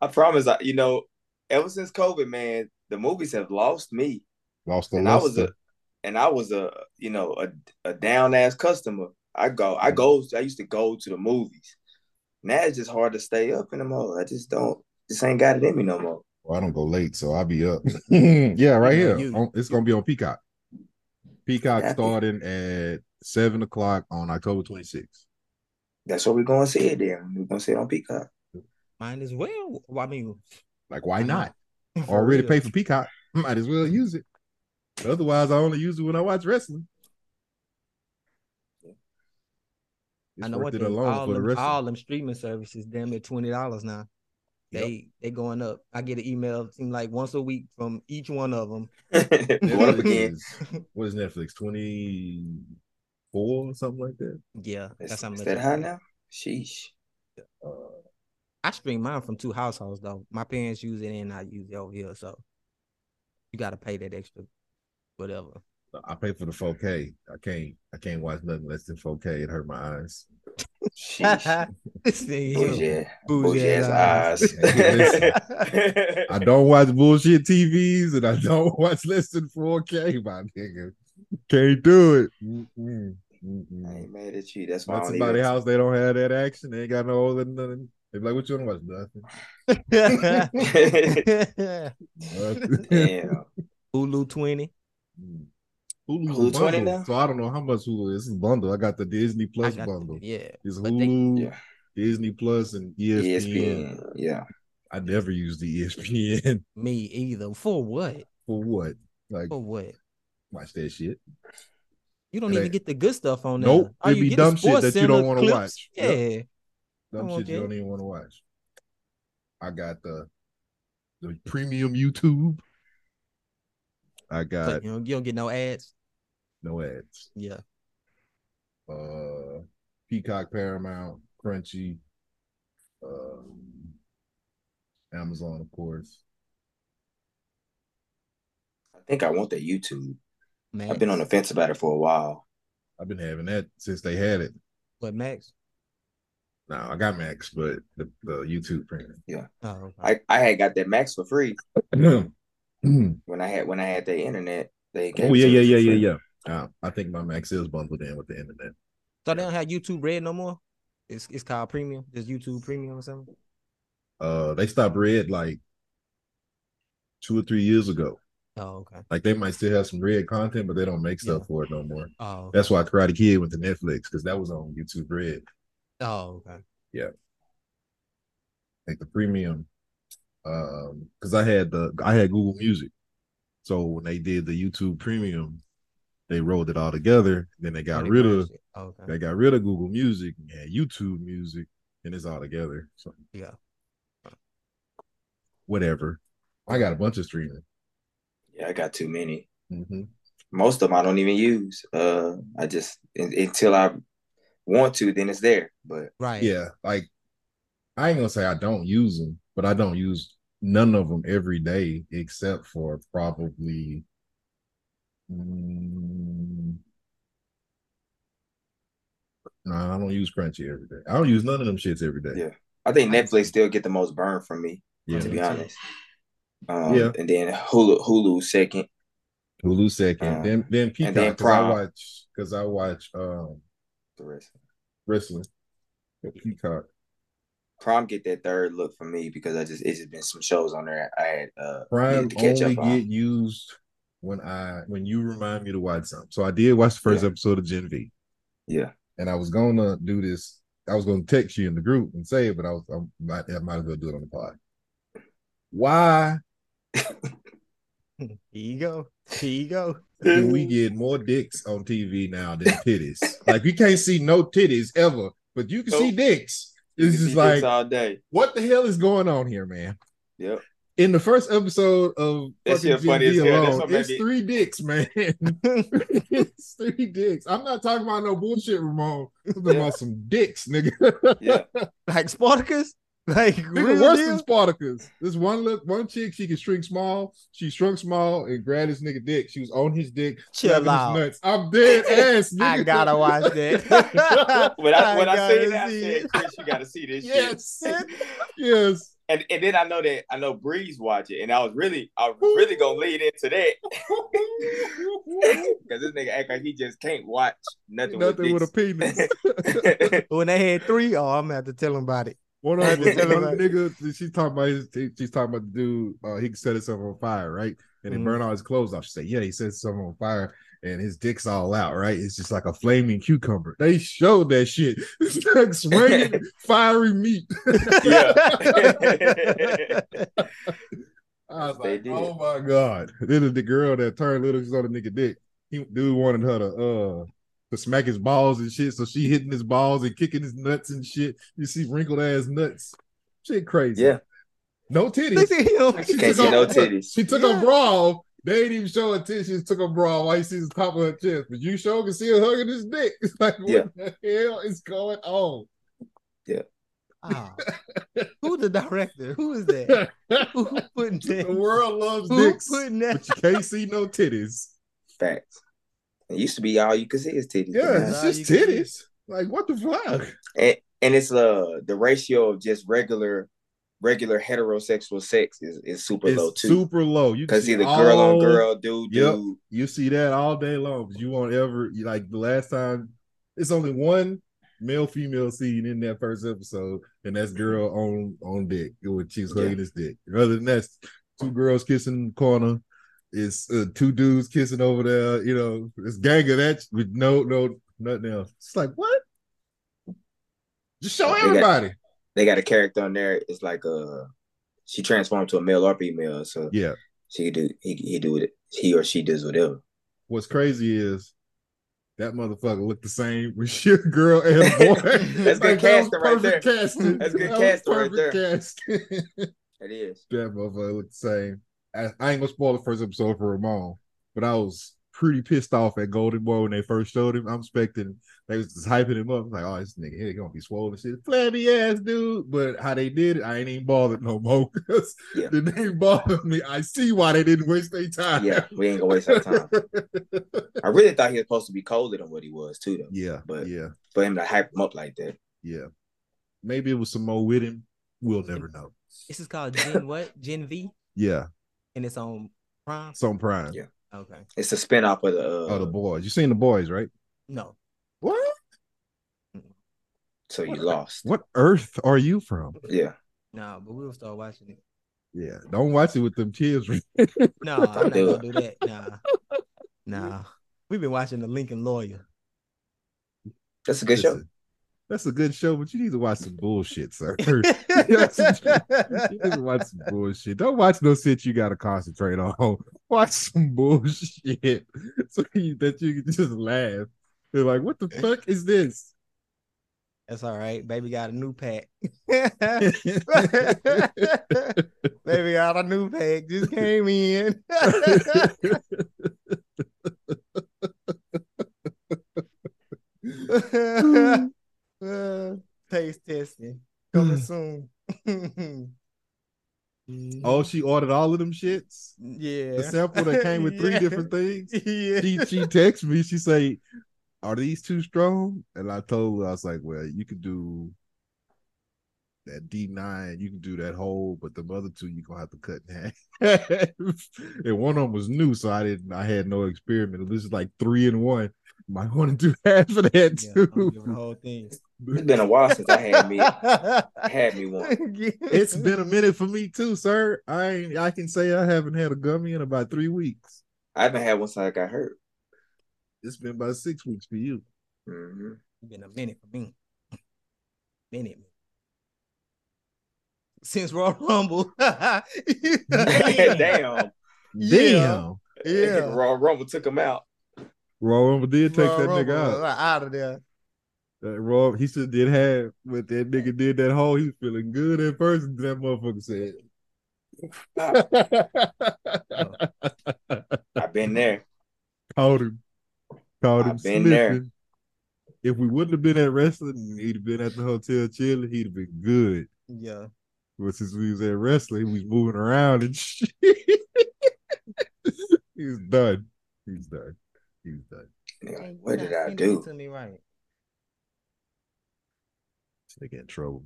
C: I promise. I, you know, ever since COVID, man, the movies have lost me,
A: on. Lost the
C: and I was a,
A: luster.
C: and I was a, you know, a, a down ass customer. I go, I go, I used to go to the movies. Now it's just hard to stay up in the mall. I just don't, just ain't got it in me no more.
A: Well, I don't go late, so I'll be up. [LAUGHS] yeah, right
B: You know,
A: here.
B: you-
A: On- it's gonna be on Peacock. Peacock
C: Yeah.
A: starting at seven o'clock on October 26th.
C: That's what we're gonna see it then. We're gonna see it on [LAUGHS] Peacock.
B: Might as well. Well, I mean,
A: Like, why
B: I know.
A: not?
B: for
A: Already
B: real.
A: pay for Peacock. Might as well use it. Otherwise, I only use it when I watch wrestling.
B: I
A: It's
B: know
A: worth
B: what
A: it
B: them-
A: alone
B: all
A: for the
B: them,
A: wrestling. [LAUGHS]
B: all them streaming services damn near twenty dollars now.
A: Yep.
B: They they going up. I get an email seem like once a week from each one of them.
C: what up
A: Netflix
C: again?
A: is- what is Netflix? Twenty four or something like that.
B: Yeah,
C: [LAUGHS] Is,
B: that's how
C: is
B: much.
C: that
B: I
C: high
B: pay.
C: now? Sheesh.
A: Uh,
B: I stream mine from two households though. My parents use it and I use it over here, so you got to pay that extra, whatever.
A: I pay for the four K. I can't. I can't watch nothing less than four K. It hurt my eyes.
B: [LAUGHS]
C: Sheesh.
B: This nigga here.
C: Bougie,
B: Bougie
C: bougie
B: ass
C: ass
B: [LAUGHS]
C: [LAUGHS]
A: Listen,
C: eyes.
A: I don't watch bullshit TVs and I [LAUGHS] don't watch less than 4K, my nigga. Can't do it. Mm-mm.
C: I
A: Mm-mm.
C: ain't mad at you. That's why
A: Watch
C: I don't
A: somebody
C: even.
A: house, they don't have that action. They ain't got no other nothing. They be like, what you want to watch?
C: [LAUGHS]
A: Nothing. Nothing.
C: Damn.
B: [LAUGHS] Hulu 20.
A: Mm. Hulu's
C: Hulu 20
A: bundle,
C: now?
A: So I don't know how much Hulu is. This is bundle. I got the Disney
B: I
A: Plus
B: got-
A: bundle.
B: yeah.
A: It's
B: but they-
A: Hulu,
C: Yeah. E
A: Disney Plus, and E ESPN.
C: ESPN. Yeah.
A: I never used the E ESPN
B: Me either. For what?
A: [LAUGHS] for what? Like
B: For what?
A: watch that shit.
B: You don't
A: It
B: even
A: ain't-
B: get the good stuff on there.
A: Nope,
B: All
A: it
B: you
A: be
B: get is
A: dumb shit that you don't
B: SportsCenter
A: wanna
B: clips.
A: watch.
B: Yeah.
A: Dumb
B: I
A: shit
B: want
A: you
B: that.
A: don't even want to watch. I got the the premium YouTube. I
B: So
A: got
B: you, don't, you don't get no ads.
A: no ads.
B: Yeah.
A: Uh Peacock Paramount, Crunchy, um, Amazon, of course.
C: I think I want that YouTube.
B: Max.
C: I've been on the fence about it for a while.
A: I've been having that since they had it.
B: What, Max?
A: No, I got Max, but the, the YouTube premium.
B: Oh, okay.
C: I, I had got that Max for free
A: [CLEARS THROAT] oh
C: when I had when I had the internet. They gave
A: yeah, yeah,
C: it to me
A: yeah,
C: for
A: yeah,
C: free.
A: yeah. Uh, I think my Max is bundled in with the internet.
B: so they don't have YouTube Red no more? It's it's called Premium. There's YouTube Premium or something?
A: Uh, they stopped red like two or three years ago.
B: Oh, okay.
A: Like they might still have some red content, but they don't make stuff
B: Yeah.
A: for it no more.
B: Oh,
A: That's why Karate Kid went to Netflix because that was on YouTube Red.
B: oh okay.
A: Like the premium, um, because I had the I had Google Music, so when they did the YouTube Premium, they rolled it all together. Then they got
B: Pretty
A: rid
B: much
A: of
B: it. Oh, okay.
A: they got rid of Google Music and had YouTube Music, and it's all together. So
B: Yeah.
A: whatever. I got a bunch of streaming.
C: Yeah, I got too many.
A: Mm-hmm.
C: Most of them I don't even use. Uh, I just un- until I want to, then it's there. But
B: Right.
A: Yeah, like I ain't gonna say I don't use them, but I don't use none of them every day except for probably mm, no, I don't use Crunchy every day. I don't use none of them shits every day.
C: Yeah. I think Netflix still get the most burn from me,
A: Yeah.
C: to
B: Me
C: be
B: too.
C: honest. Um,
A: Yeah.
C: and then Hulu, Hulu second.
A: Hulu second,
C: Uh,
A: then then Peacock
C: then
A: because I
C: Prime.
A: watch because I watch um
C: The rest.
A: wrestling. at Peacock.
C: Prime get that third look for me because I just it's just been some shows on there I had uh
A: Prime
C: needed to catch
A: only
C: up
A: get
C: on.
A: used when I when you remind me to watch something. So I did watch the first
C: Yeah.
A: episode of Gen V,
C: Yeah,
A: and I was gonna do this. I was gonna text you in the group and say it, but I was I might, I might as well do it on the pod. Why
B: Here you go. Here you go. [LAUGHS]
A: do
C: [LAUGHS]
A: we get more dicks on TV now than titties? like you can't see no titties ever, but you can see
C: Nope.
A: dicks.
C: You
A: It's
C: can
A: just
C: see dicks
A: like
C: all day.
A: what the hell is going on here, man?
C: Yep.
A: in the first episode of
C: That
A: fucking
C: shit funny
A: GD
C: as hell. That's
A: alone,
C: what made
A: it's
C: me-
A: three dicks, man. [LAUGHS] it's three dicks. I'm not talking about no bullshit, Ramon. I'm talking
C: Yeah.
A: about
C: [LAUGHS]
A: some dicks, nigga.
C: Yeah.
B: like Spartacus? [LAUGHS] Like
A: Nigga
B: real
A: worse
B: deal?
A: than Spartacus. This one look, one chick, she can shrink small. She shrunk small and grabbed this nigga dick. She was on his dick,
B: Chill
A: slapping his
B: out.
A: nuts. I'm dead
B: [LAUGHS]
A: ass, nigga.
B: I
A: [LAUGHS]
B: gotta watch that. [LAUGHS]
C: When I when I,
B: gotta
C: seen it, I
B: see
C: said,
B: it.
C: Chris, you gotta
A: [LAUGHS]
C: see this
A: Yes,
C: shit.
A: yes.
C: And and then I know that I know Breeze watch it, and I was really I was really gonna lead into that [LAUGHS] because this nigga act like he just can't watch nothing,
A: Nothing with a
C: with
A: penis.
C: dicks.
B: when they had three, oh, I'm gonna have to tell them about it.
A: One of
B: I
A: them,
B: had to tell
A: one
B: him
A: nigga, she's talking about his, she's talking about the dude. Uh, he set himself on fire, right? And he
B: Mhm.
A: burned all his clothes off. She said, "Yeah, he set himself on fire, and his dick's all out, right? It's just like a flaming cucumber." They showed that shit. [LAUGHS] It's like
C: [LAUGHS]
A: swinging fiery meat.
B: [LAUGHS]
A: [LAUGHS]
C: [LAUGHS] Yeah.
A: I was
C: They
A: like,
C: did.
A: "Oh my god!" Then the girl that turned little, she's on the nigga dick. He dude wanted her to uh to smack his balls and shit, so she hitting his balls and kicking his nuts and shit. You see wrinkled ass nuts, shit crazy.
C: yeah,
A: no titties.
B: Look at him.
A: She took
C: can't see
A: her-
C: no
A: look,
C: titties.
A: She took
B: Yeah.
A: her bra off. They ain't even show her tits. She just took her bra off. All you see is the top of her chest. But you sure can see her hugging his dick. [LAUGHS] It's like, what
C: Yeah.
A: the hell is going
B: [LAUGHS]
A: on?
B: [LAUGHS] Ah. Who the director? Who is that? [LAUGHS] Who putting that?
A: the world loves
B: Who
A: dicks,
B: putting that?
A: but you can't see no titties.
C: facts. It used to be all you could see is titties.
A: Yeah,
C: Yeah,
A: it's
B: Nah,
A: just
B: you can see.
A: titties. Like, what the fuck?
C: and, and it's uh the ratio of just regular regular heterosexual sex is, is super
A: It's
C: low too.
A: super low. You can
C: Cause
A: see
C: either girl on
A: all-
C: girl, dude,
A: Yep.
C: dude.
A: You see that all day long. But you won't ever you- like the last time. It's only one male female scene in that first episode, and that's girl on on dick when she's hugging
C: Yeah.
A: his dick. Other than that, two girls kissing in the corner. It's uh, two dudes kissing over there. You know, it's gang of that with no no nothing else. It's like what? Just show
C: They got-
A: everybody.
C: They got a character on there. It's like uh she transformed to a male or female, so
A: yeah.
C: she could do he he do it he or she does whatever.
A: What's crazy is that motherfucker looked the same with your girl and boy.
C: [LAUGHS]
A: [LAUGHS]
C: That's good
A: that was
C: casting right
A: perfect Casting.
C: That's
A: That
C: good
A: was
C: casting right
A: perfect casting. [LAUGHS]
C: It is.
A: that motherfucker looked the same. I, I ain't gonna spoil the first episode for Ramon, but I was pretty pissed off at Golden Boy when they first showed him. I'm expecting they was just hyping him up. like, oh, this nigga here gonna be swollen and shit. Flabby ass dude. But how they did it, I ain't even bothered no more. 'cause
C: Yeah.
A: The name bothered me. I see why they didn't waste their time.
C: Yeah,
A: [LAUGHS]
C: we ain't gonna waste our time. I really thought he was supposed to be colder than what he was too though.
A: yeah,
C: But-
A: yeah.
C: For him to hype him up like that.
A: Yeah. Maybe it was some more with him. We'll never know.
B: This is called Gen what? Gen V,
A: Yeah.
B: and it's on Prime.
A: Some prime.
C: Yeah.
B: Okay,
C: It's a spinoff of the uh
A: Oh, the boys. You seen the boys, right?
B: no,
A: What?
C: so you lost.
A: What earth are you from?
C: Yeah.
B: no, but we'll start watching it.
A: Yeah. Don't watch it with them kids.
B: No, I'm not
C: do
B: gonna do that. Nah, nah. We've been watching the Lincoln Lawyer.
C: That's a good show.
A: Listen, That's a good show, but you need to watch some bullshit,
C: [LAUGHS]
A: sir.
B: [LAUGHS]
A: you need to
B: That's
A: watch some bullshit. Don't watch no shit you gotta concentrate on. [LAUGHS] Watch some bullshit so you, that you can just laugh. They're like, what the fuck is
C: [LAUGHS]
A: this? [LAUGHS]
B: all right. Baby got a new pack. [LAUGHS] Baby got a new pack. Just came in. [LAUGHS] Taste testing coming [LAUGHS] soon.
A: oh, she ordered all of them shits.
B: yeah.
A: The sample that came with three
B: Yeah.
A: different things.
B: [LAUGHS] Yeah.
A: She she texted me. She say, "Are these too strong?" And I told her, I was like, "Well, you could do that D nine. You can do that whole, but the other two you gonna have to cut in half." [LAUGHS] and one of them was new, so I didn't. I had no experiment. This is like three and one. Might want to do [LAUGHS] half of that
B: Yeah, I'm gonna give
A: [LAUGHS]
B: her the
A: too.
B: whole thing.
C: It's been a while since I had
A: [LAUGHS]
C: me had
B: [LAUGHS]
C: me one.
A: it's been a minute for me too, sir. I ain't, I can say I haven't had a gummy in about three weeks.
C: I haven't had one since I got hurt.
A: It's been about six weeks for you. [LAUGHS]
C: hmm
B: It's been a minute for me. Minute. Since Royal
C: [LAUGHS]
B: Rumble. [LAUGHS]
C: Damn.
B: yeah.
A: Damn.
C: Raw Rumble took him out.
A: Royal Rumble did take
B: Royal
A: that
B: Rumble
A: nigga
B: was
A: out.
B: Out of there.
A: That Royal, he should did have, but that nigga did that whole. He was feeling good at first, and that motherfucker said, [LAUGHS]
C: I've been there.
A: "Caught him, caught him
C: I've been
A: slipping."
C: there.
A: If we wouldn't have been at wrestling, he'd have been at the hotel chilling. He'd have been good.
B: Yeah.
A: But since we was at wrestling, he was moving around and [LAUGHS] shit. he was done. He was done. He was done.
C: Nigga,
B: Hey,
C: What
B: you
C: did
B: not
C: I
B: sending it
C: do?
A: Oh,
B: To me right.
A: This nigga in trouble.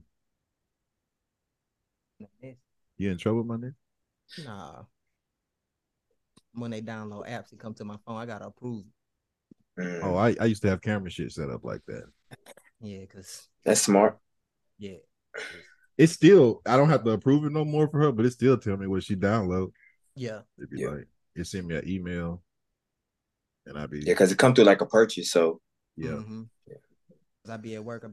B: No, that's-
A: You in trouble, my nigga?
B: Nah. When they download apps and come to my phone, I gotta approve. it.
C: Mm,
A: Oh, I, I used to have camera shit set up like that.
B: Yeah, cause
C: that's smart.
B: yeah.
A: it's still I don't have to approve it no more for her, but it still tell me what she download.
B: Yeah.
A: It'd be
C: Yeah.
A: like it send me an email, and I'd be
C: Yeah, because it come through like a purchase. So
A: yeah,
B: Mhm. 'Cause I be at work, I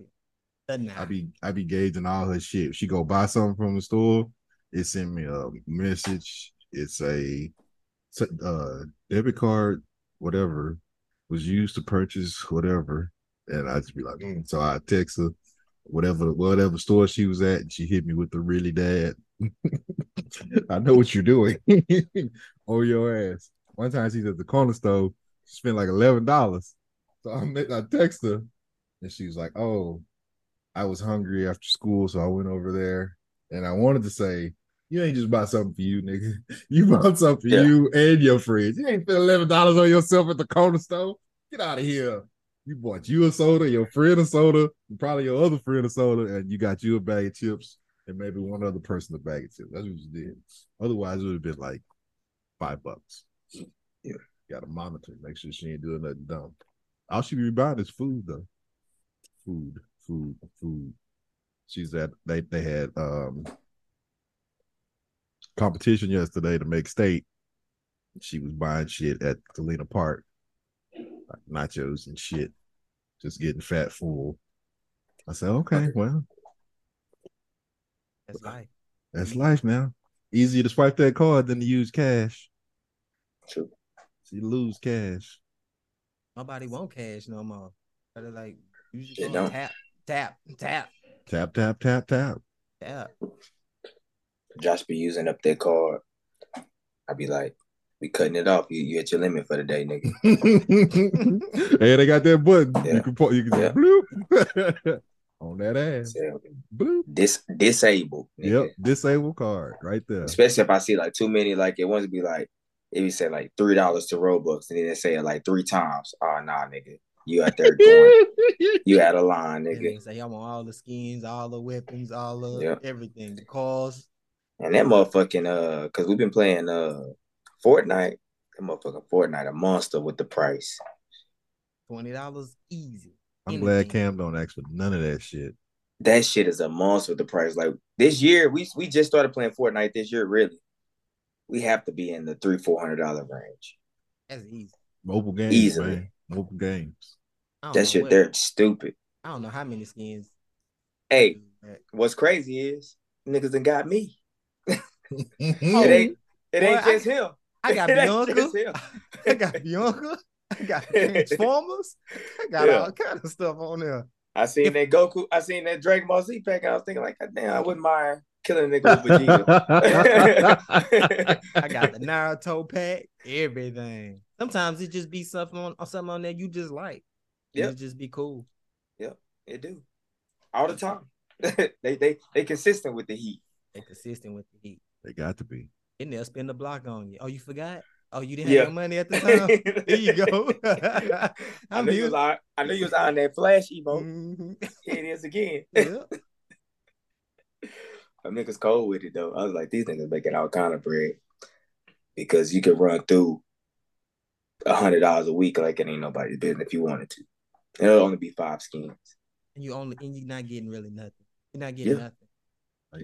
B: be nah.
A: I be I be gauging all her shit. If she go buy something from the store, it send me a message. It's a it's a, uh, debit card, whatever was used to purchase whatever, and I just be like, mm. so I text her whatever whatever store she was at, and she hit me with the really dad. [LAUGHS] I know what you're doing. [LAUGHS] oh your ass. One time she's at the corner store, she spent like eleven dollars. So I met, I text her, and she was like, "Oh, I was hungry after school, so I went over there, and I wanted to say." You ain't just bought something for you, nigga. [LAUGHS] You bought something for
C: Yeah.
A: you and your friends. You ain't spent eleven dollars on yourself at the corner store. Get out of here. You bought you a soda, your friend a soda, and probably your other friend a soda, and you got you a bag of chips and maybe one other person a bag of chips. That's what you did. Otherwise, it would have been like five bucks.
C: Yeah.
A: Got to monitor, make sure she ain't doing nothing dumb. All she be buying is food though. Food, food, food. She's at they they had um competition yesterday to make state. She was buying shit at Galena Park, like nachos and shit, just getting fat full. I said, okay, well,
B: That's life.
A: that's life now. Easier to swipe that card than to use cash.
C: True.
A: She lose cash.
B: Nobody want cash no more. But it's like you just
C: They
B: gonna
C: don't.
B: tap, tap, tap,
A: Tap, tap, tap,
C: [LAUGHS]
A: tap.
B: tap.
C: Josh be using up that card. I be like, we cutting it off. You you at your limit for the day, nigga.
A: and they got that button.
C: Yeah.
A: You can po- you can
C: Yeah.
A: just bloop [LAUGHS] on that ass.
C: So,
A: Bloop.
C: dis disable. Nigga.
A: Yep, disable card right there.
C: Especially if I see like too many, like it wants to be like if you say like three dollars to Robux and then they say it like three times. Oh nah, nigga. You
A: [LAUGHS]
C: out there doing you out of line,
B: And they
C: nigga.
B: say y'all want all the skins, all the weapons, all the
C: Yeah.
B: everything. The cars.
C: And that motherfucking uh cause we've been playing uh Fortnite. That motherfucking Fortnite a monster with the price.
B: twenty dollars easy.
A: I'm glad
B: Anything.
A: Cam don't ask for none of that shit.
C: That shit is a monster with the price. Like this year, we we just started playing Fortnite this year, really. We have to be in the three, four hundred dollar range.
B: That's easy.
A: Mobile games,
C: Easily.
A: man. Mobile games.
B: I don't
C: That
B: know
C: shit
B: what-
C: there stupid.
B: I don't know how many skins.
C: Hey,
B: But-
C: what's crazy is niggas done got me.
B: Oh,
C: [LAUGHS] It ain't it ain't
B: boy, I-
C: just him.
B: I
C: [LAUGHS]
B: got
C: That's just
B: Bianca.
C: him.
B: [LAUGHS] I got Bianca. I
C: [LAUGHS]
B: got Transformers. I got
C: Yeah.
B: all kind of stuff on there.
C: I seen that Goku. I seen that Dragon Ball Z pack, and I was thinking like, damn, I wouldn't mind killing a nigga with [LAUGHS]
B: [LAUGHS]
C: Vegeta.
B: I got the Naruto pack. Everything. Sometimes it just be something on or something on there you just like.
C: Yep.
B: It'll just be cool.
C: It do all the time. [LAUGHS] they they they consistent with the heat.
B: They consistent with the heat.
A: They got to be.
B: And they'll spend the block on you. Oh, you forgot? Oh, you didn't
C: Yeah.
B: have your money
C: [LAUGHS]
B: at the time. [LAUGHS] there you go.
C: I
B: I'm
C: knew you was
B: here.
C: on. I knew you was on that flash emote. [LAUGHS]
B: Mhm.
C: Here it is again.
B: Yeah.
C: My niggas cold with it though. I was like, these niggas making all kind of bread because you can run through a hundred dollars a week like it ain't nobody's business if you wanted to. And It'll only be five skins.
B: and you only and you're not getting really nothing. You're not getting
C: Yeah.
B: nothing.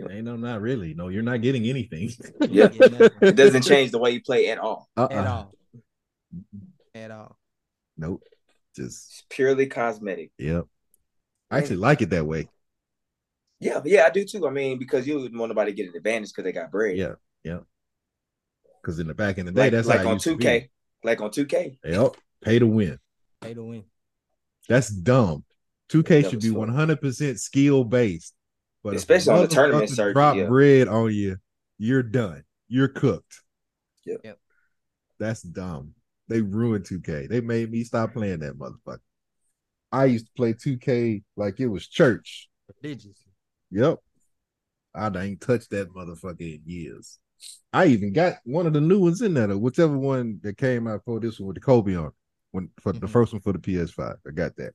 A: Like, ain't no, not really. No, you're not getting anything.
B: You're
C: Yeah.
B: not getting nothing
A: [LAUGHS]
C: It doesn't change the way you play at all.
A: Uh-uh.
B: at all. At all.
A: Nope. Just
C: It's purely cosmetic.
A: yep. I actually like it that way.
C: Yeah, yeah, I do too. I mean, because you wouldn't want nobody to get an advantage because they got bread.
A: Yeah, yeah. Because in the back in the day,
C: like,
A: that's
C: like
A: how it
C: on
A: used to
C: two
A: be.
C: K, like on two K.
A: Yep. Pay to win.
B: Pay to win.
A: That's dumb. 2K
C: That
A: should
C: was
A: be
C: slow.
A: 100% skill based. But if
C: Especially on the tournament
A: motherfucker
C: circuit,
A: Drop
C: yeah.
A: bread on you, you're done. You're cooked.
C: Yep.
B: Yep.
A: That's dumb. They ruined 2K. They made me stop playing that motherfucker. I used to play 2K like it was church.
B: Religiously.
A: Yep. I ain't touched that motherfucker in years. I even got one of the new ones in there, though, whichever one that came out for this one with the Kobe on. it. When for the
B: Mhm.
A: first one for the PS5, I got that.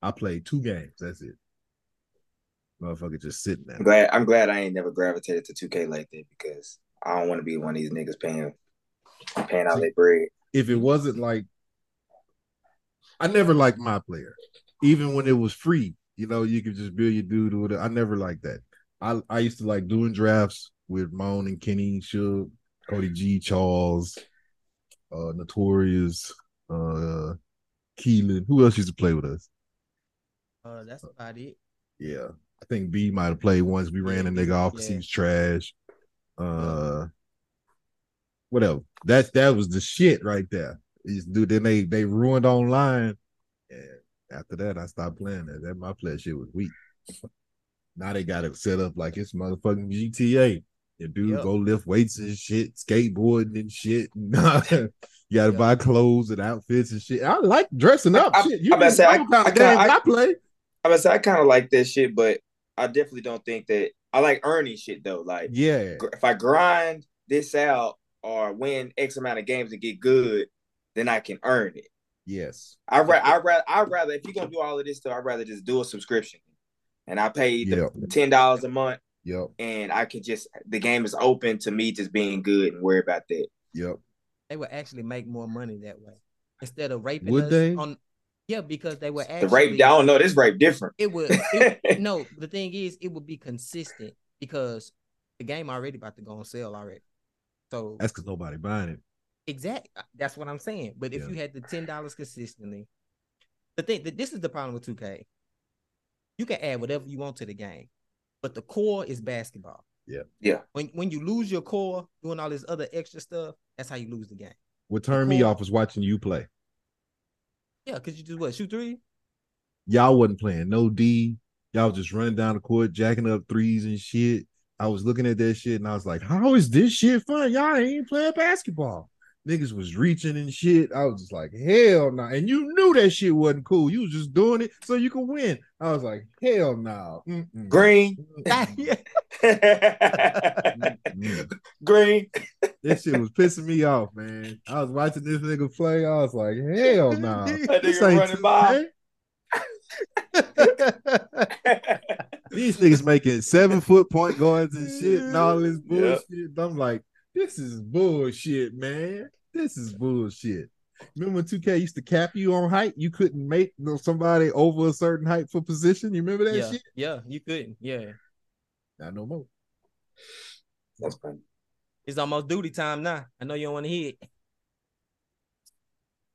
A: I played two games. That's it. Motherfucker just sitting there.
C: I'm glad I'm glad I ain't never gravitated to two K like that because I don't want to be one of these niggas paying paying out their bread.
A: If it wasn't like, I never liked my player, even when it was free. You know, you could just build your dude or whatever. I never liked that. I I used to like doing drafts with Moan and Kenny Shug, Cody G, Charles, uh, Notorious, uh, Keelan. Who else used to play with us?
B: Uh, that's about it.
A: Yeah. I think B might have played once. We ran a
B: Yeah,
A: nigga off because he
B: yeah.
A: was trash. Uh whatever. That that was the shit right there. These dude, then they they ruined online. And after that, I stopped playing that. That my play shit was weak. Now they got it set up like it's motherfucking GTA. The dude
B: Yep.
A: go lift weights and shit, skateboarding and shit. [LAUGHS] you gotta buy clothes and outfits and shit. I like dressing up.
C: I-
A: shit. You
C: I'm about to
A: know
C: say, I-
A: what kind
C: I
A: of
C: kinda-
A: games
C: I-
A: I play.
C: I mean, so I kind of like that shit, but I definitely don't think that I like earning shit though. Like
A: Yeah.
C: gr- if I grind this out or win X amount of games and get good, then I can earn it.
A: Yes.
C: I ra- I ra- I rather if you're gonna do all of this stuff, I'd rather just do a subscription, and I pay the ten dollars a month,
A: Yep.
C: and I can just the game is open to me just being good and worry about that.
A: Yep.
B: They would actually make more money that way instead of raping
A: Would
B: us
A: they?
B: on. Yeah, because they would actually
C: the rape, I don't know, this rape different.
B: It would.
C: [LAUGHS]
B: it- no, the thing is, it would be consistent because the game already about to go on sale already. So
A: That's because nobody buying it.
B: Exactly. That's what I'm saying. But if
A: Yeah.
B: you had the ten dollars consistently, the thing that this is the problem with 2K. You can add whatever you want to the game, but the core is basketball.
A: Yeah.
C: Yeah.
B: When when you lose your core doing all this other extra stuff, that's how you lose the game.
A: What turned me
B: Cool.
A: off was watching you play.
B: Yeah, because you do what shoot three.
A: Y'all wasn't playing no D. Y'all was just running down the court, jacking up threes and shit. I was looking at that shit and I was like, how is this shit fun? Y'all ain't playing basketball. Niggas was reaching and shit. I was just like, hell no. And you knew that shit wasn't cool. You was just doing it so you could win. I was like, hell Mm. no. Mm-mm.
C: Green,
B: [LAUGHS]
C: [LAUGHS]
A: [LAUGHS] Mm-mm.
B: yeah.
A: Mm-mm.
C: green.
A: This shit was pissing me off, man. I was watching this nigga play. I was like, hell no.
C: That
A: This
C: nigga
A: ain't
C: running by.
A: 2K. These niggas making seven foot point guards and shit and all this
C: Yep.
A: bullshit. And I'm like, this is bullshit, man. This is bullshit. Remember when 2K used to cap you on height? You couldn't make you know, somebody over a certain height for position. You remember that
B: yeah,
A: shit?
B: yeah, you couldn't. Yeah.
A: Not no more.
C: That's funny.
B: It's almost duty time now. I know you don't want to hit.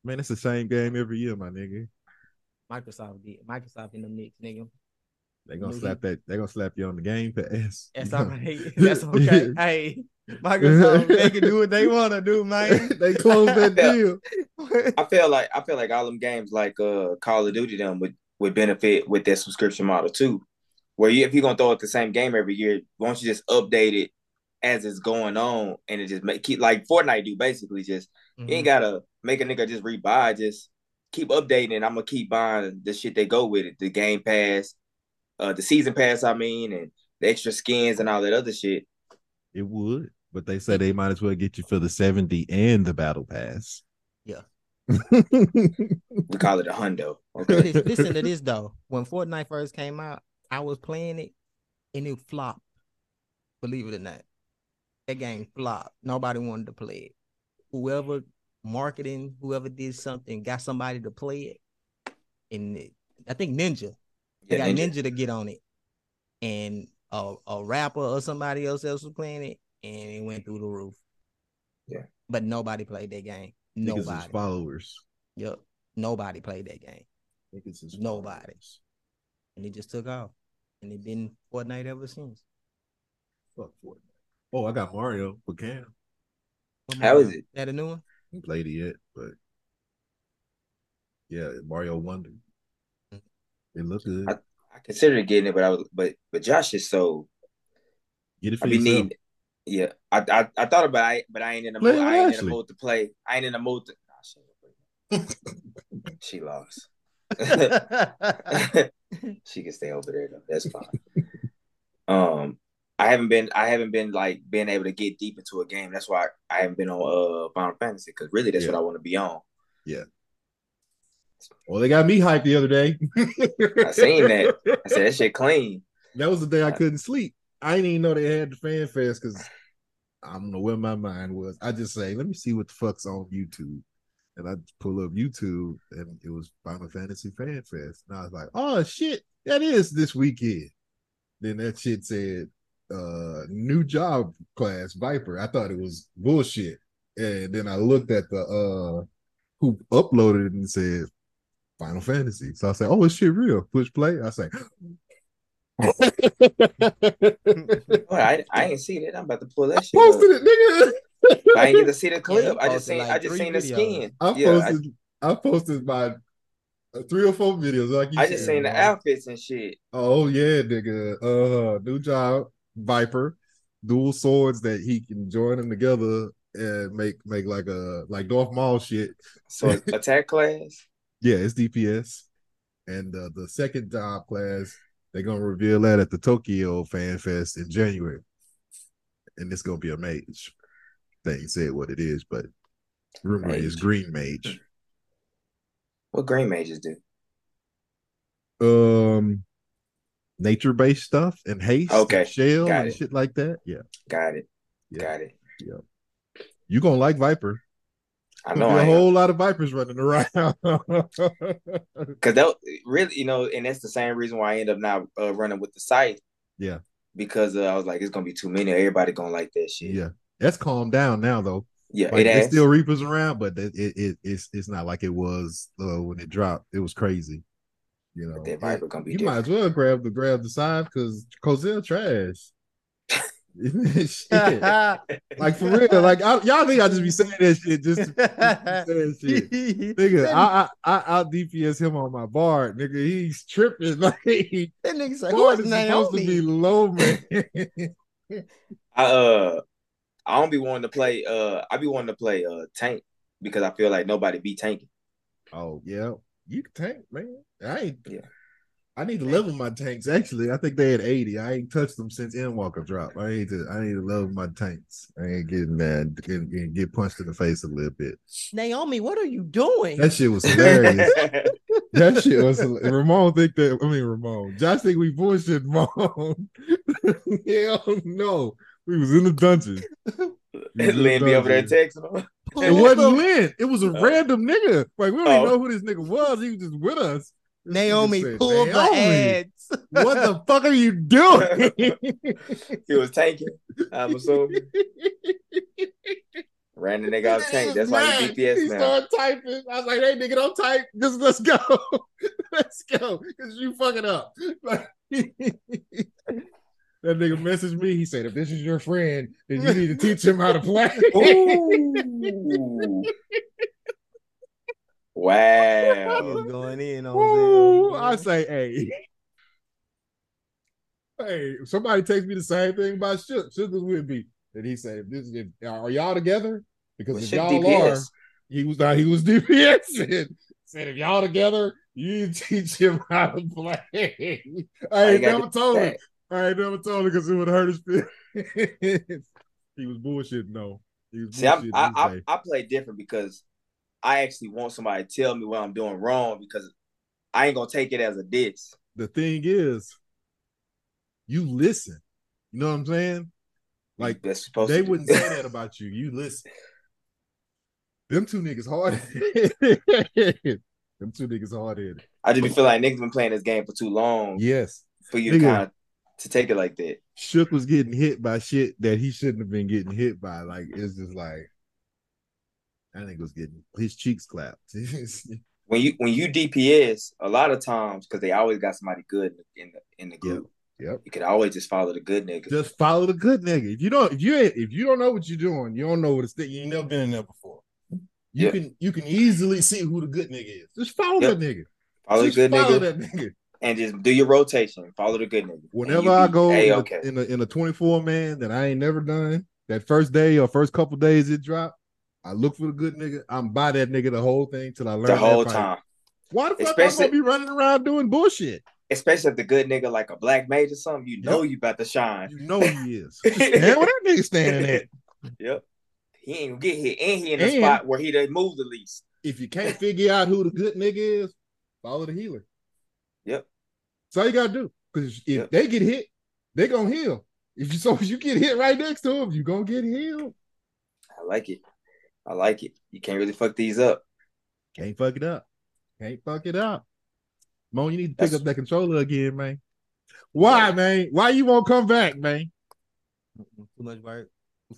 A: Man, it's the same game every year, my nigga.
B: Microsoft did. Microsoft in the mix, nigga.
A: They gonna
B: Mhm.
A: slap that. They gonna slap you on the game pass. [LAUGHS]
B: That's
A: You
B: all
A: know?
B: right. [LAUGHS] That's okay. hey, Microsoft, they can do what they want to do, man.
A: [LAUGHS] [LAUGHS] they closed
B: [LAUGHS]
A: that
C: Yeah.
A: deal.
C: I feel like I feel like all them games like uh Call of Duty them would would benefit with that subscription model too, where you, if you're gonna throw out the same game every year, why don't you just update it as it's going on and it just make keep like Fortnite do basically just
B: Mm-hmm.
C: you ain't gotta make a nigga just rebuy just keep updating. I'm gonna keep buying the shit they go with it, the game pass, uh the season pass I mean, and the extra skins and all that other shit.
A: It would, but they said they might as well get you for the 70 and the battle pass. [LAUGHS]
B: Yeah.
C: We call it a hundo. Okay.
B: Listen, listen to this though. When Fortnite first came out, I was playing it and it flopped. Believe it or not, that game flopped. Nobody wanted to play it. Whoever marketing, whoever did something, got somebody to play it, and it, I think Ninja They
C: Yeah,
B: got
C: Ninja.
B: Ninja. to get on it, and a, a rapper or somebody else else was playing it, and it went through the roof.
C: Yeah.
B: but nobody played that game.
A: Niggas is
B: Nobody.
A: followers.
B: Yep. Nobody played that game,
A: Niggas is
B: Nobody.
A: followers.
B: and it just took off, and it been Fortnite ever since.
A: Fuck Fortnite. Oh, I got Mario, but Cam.
B: What
C: How
B: Mario?
C: is it?
B: That a new one?
A: He played it yet, but yeah, Mario Wonder. It looked good.
C: I- I considered getting it, but I was but but Josh is so
A: Get it for
C: I mean,
A: yourself.
C: need, yeah, I, I I thought about it, but I ain't in the
A: Play
C: mood.
A: with
C: I ain't in
A: Ashley.
C: the mood to play. I ain't in the mood to. Nah, she ain't gonna
A: [LAUGHS]
C: play. she lost. [LAUGHS] she can stay over there though. That's fine. um, I haven't been. I haven't been like being able to get deep into a game. That's why I, haven't been on uh Final Fantasy because really that's
A: Yeah.
C: what I want to be on.
A: Well, Oh, they got me hyped the other day.
C: I seen
A: [LAUGHS]
C: that. I said that shit clean.
A: That was the day I couldn't sleep. I didn't even know they had the fan fest because I don't know where my mind was. I just say, let me see what the fuck's on YouTube. And I pull up YouTube and it was Final Fantasy Fan Fest. And I was like, oh shit, that is this weekend. Then that shit said uh new job class Viper. I thought it was bullshit. And then I looked at the uh who uploaded it and said Final Fantasy. So I said, Oh, it's shit real. Push play. I say,
C: Boy, I I ain't see that. I'm about to pull that shit.
A: posted
C: Up.
A: it, nigga.
C: I ain't get to see the clip.
B: you
C: I just
B: posted,
C: seen. I
B: like,
C: just
B: three
C: seen the
B: videos.
C: skin.
A: I
C: yeah, I-
A: posted I, posted my uh, three or four videos like you
C: I just
A: said,
C: seen the
A: bro.
C: outfits and shit.
A: Oh yeah, nigga. Uh new job, Viper, dual swords that he can join them together and make make like a like Darth Maul shit.
C: So attack class.
A: Yeah, it's DPS. And uh, the second job class, they're gonna reveal that at the Tokyo Fan Fest in January. And it's gonna be a mage. They ain't said what it is, but rumor
C: Mage.
A: is green mage.
C: What green majors do?
A: Um, nature based stuff and haste, and
C: Okay,
A: shell,
C: got
A: and
C: it.
A: shit like that. Yeah,
C: Got it.
A: Yeah.
C: Got it.
A: you gonna like Viper.
C: I
A: There'll
C: know
A: be
C: I
A: a
C: am.
A: whole lot of Vipers running around. [LAUGHS]
C: Cause that really, you know, and that's the same reason why I end up not uh, running with the site.
A: Yeah.
C: Because uh, I was like, it's gonna be too many. Everybody gonna like that shit.
A: yeah, that's calmed down now though.
C: yeah.
A: Like,
C: it
A: there's
C: has.
A: still Reapers around, but it, it, it it's it's not like it was uh, when it dropped. It was crazy, you know.
C: but that
A: it-
C: Viper gonna be
A: you might
C: different.
A: as well grab the grab the side because Cozell trash. [LAUGHS]
B: [LAUGHS]
A: Shit. Like for real, like I, y'all think I just be saying that shit just
C: [LAUGHS]
A: to be saying shit.
B: that
A: Nigga, I I I out DPS him on my bar, nigga. He's tripping [LAUGHS] like
B: nigga's like,
A: Bard
B: who's
A: is supposed to be
B: Naomi?
A: low man.
C: I uh, I don't be wanting to play. Uh, I be wanting to play uh tank because I feel like nobody be tanking.
A: oh yeah, you can tank, man. I ain't.
C: Yeah.
A: I need to level my tanks. Actually, I think they had eighty. I ain't touched them since Endwalker drop. I need to. I need to level my tanks. I ain't getting mad and and get punched in the face a little bit.
B: Naomi, what are you doing?
A: That shit was
C: [LAUGHS]
A: hilarious. That shit was Ramon think that I mean Ramon. Josh think we bullshit Ramon. [LAUGHS] Hell no. We was in the
C: [LAUGHS]
A: dungeon. We was in the
C: Lynn be over there
A: dungeon.
C: texting. him.
A: It
C: [LAUGHS]
A: wasn't Lynn. It was a
C: Oh.
A: random nigga. Like we don't even
C: Oh.
A: know who this nigga was. He was just with us. This nigga
B: Naomi
A: said,
B: pulled
A: "Naomi,
B: the ads.
A: What the fuck are you
C: [LAUGHS]
A: doing?
C: He was tanking. I'm assuming.
A: [LAUGHS]
C: Ran the nigga out tank. That's why
A: he
C: he
A: was mad. He
C: DPS now.
A: started typing. I was like, "Hey, nigga, don't type. Just let's go, [LAUGHS] let's go, cause you fucking up." [LAUGHS] Like, that nigga messaged me. He said, "If this is your friend, then you need to teach him how to
C: [LAUGHS]
A: play." [LAUGHS]
B: [LAUGHS]
C: Ooh. wow.
B: He's going in on
A: Woo!
B: Zell,
A: I
B: man.
A: say, "Hey." Hey, somebody texts me the same thing about Shook. Shook was with me, and he said, "If "This is, if, are y'all together? Because
C: Well,
A: if
C: shit,
A: y'all are,
C: DPS.
A: He was not. He was [LAUGHS] DPSing. Said if y'all together, you need to teach him how to play. [LAUGHS] I
C: you
A: ain't
C: gotta
A: never told him.
C: that.
A: I ain't never told him because it would hurt his feelings. [LAUGHS] he was bullshitting though. He was
C: See, I,
A: bullshitting.
C: I,
A: this
C: I,
A: day.
C: I play different because I actually want somebody to tell me what I'm doing wrong because I ain't gonna take it as a diss.
A: the thing is, you listen. You know what I'm saying? Like
C: that's supposed
A: they
C: to do.
A: wouldn't say that about you. You listen. Them two niggas hard. [LAUGHS] Them two niggas hard headed.
C: [LAUGHS] I just be feel like niggas been playing this game for too long
A: Yes.
C: for you to
A: Nigga.
C: kind of to take it like that.
A: Shook was getting hit by shit that he shouldn't have been getting hit by. Like it's just like that nigga was getting his cheeks clapped. [LAUGHS]
C: When you when you DPS, a lot of times because they always got somebody good in the in the group.
A: yep.
C: You could always just follow the good nigga.
A: Just follow the good nigga. If you don't, if you ain't- if you don't know what you're doing, you don't know what it's. You ain't never been in there before. You
C: Yeah.
A: can you can easily see who the good nigga is. Just follow that
C: Yep.
A: nigga.
C: follow the
A: Just
C: good
A: follow
C: nigga
A: that
C: [LAUGHS]
A: nigga.
C: and just do your rotation. Follow the good nigga. And
A: Whenever
C: you
A: I
C: be
A: go
C: a
A: in,
C: okay.
A: a, in a in a 24 man that I ain't never done, that first day or first couple days it dropped, I look for the good nigga. I'm by that nigga the whole thing till I learn
C: the
A: that
C: whole
A: pipe.
C: time.
A: Why the fuck
C: Especially-
A: I'm gonna be running around doing
C: [LAUGHS]
A: bullshit?
C: Especially if the good nigga like a black mage or something, you know you about to shine.
A: [LAUGHS] You know he is.
C: [LAUGHS]
A: Man, where that nigga standing at?
C: Yep. He ain't gonna get hit, and he in a
A: And-
C: spot where he done move the least.
A: [LAUGHS] If you can't figure out who the good nigga is, follow the healer.
C: Yep.
A: That's all you gotta do. Because if
C: Yep.
A: they get hit, they gonna heal. If you [LAUGHS] so if you get hit right next to him, you gonna get healed.
C: I like it. I like it. You can't really fuck these up.
A: Can't fuck it up. Can't fuck it up. Mo, you need to pick
C: That's-
A: up that controller again, man. Why, man? Why you won't come back, man?
B: Too much work.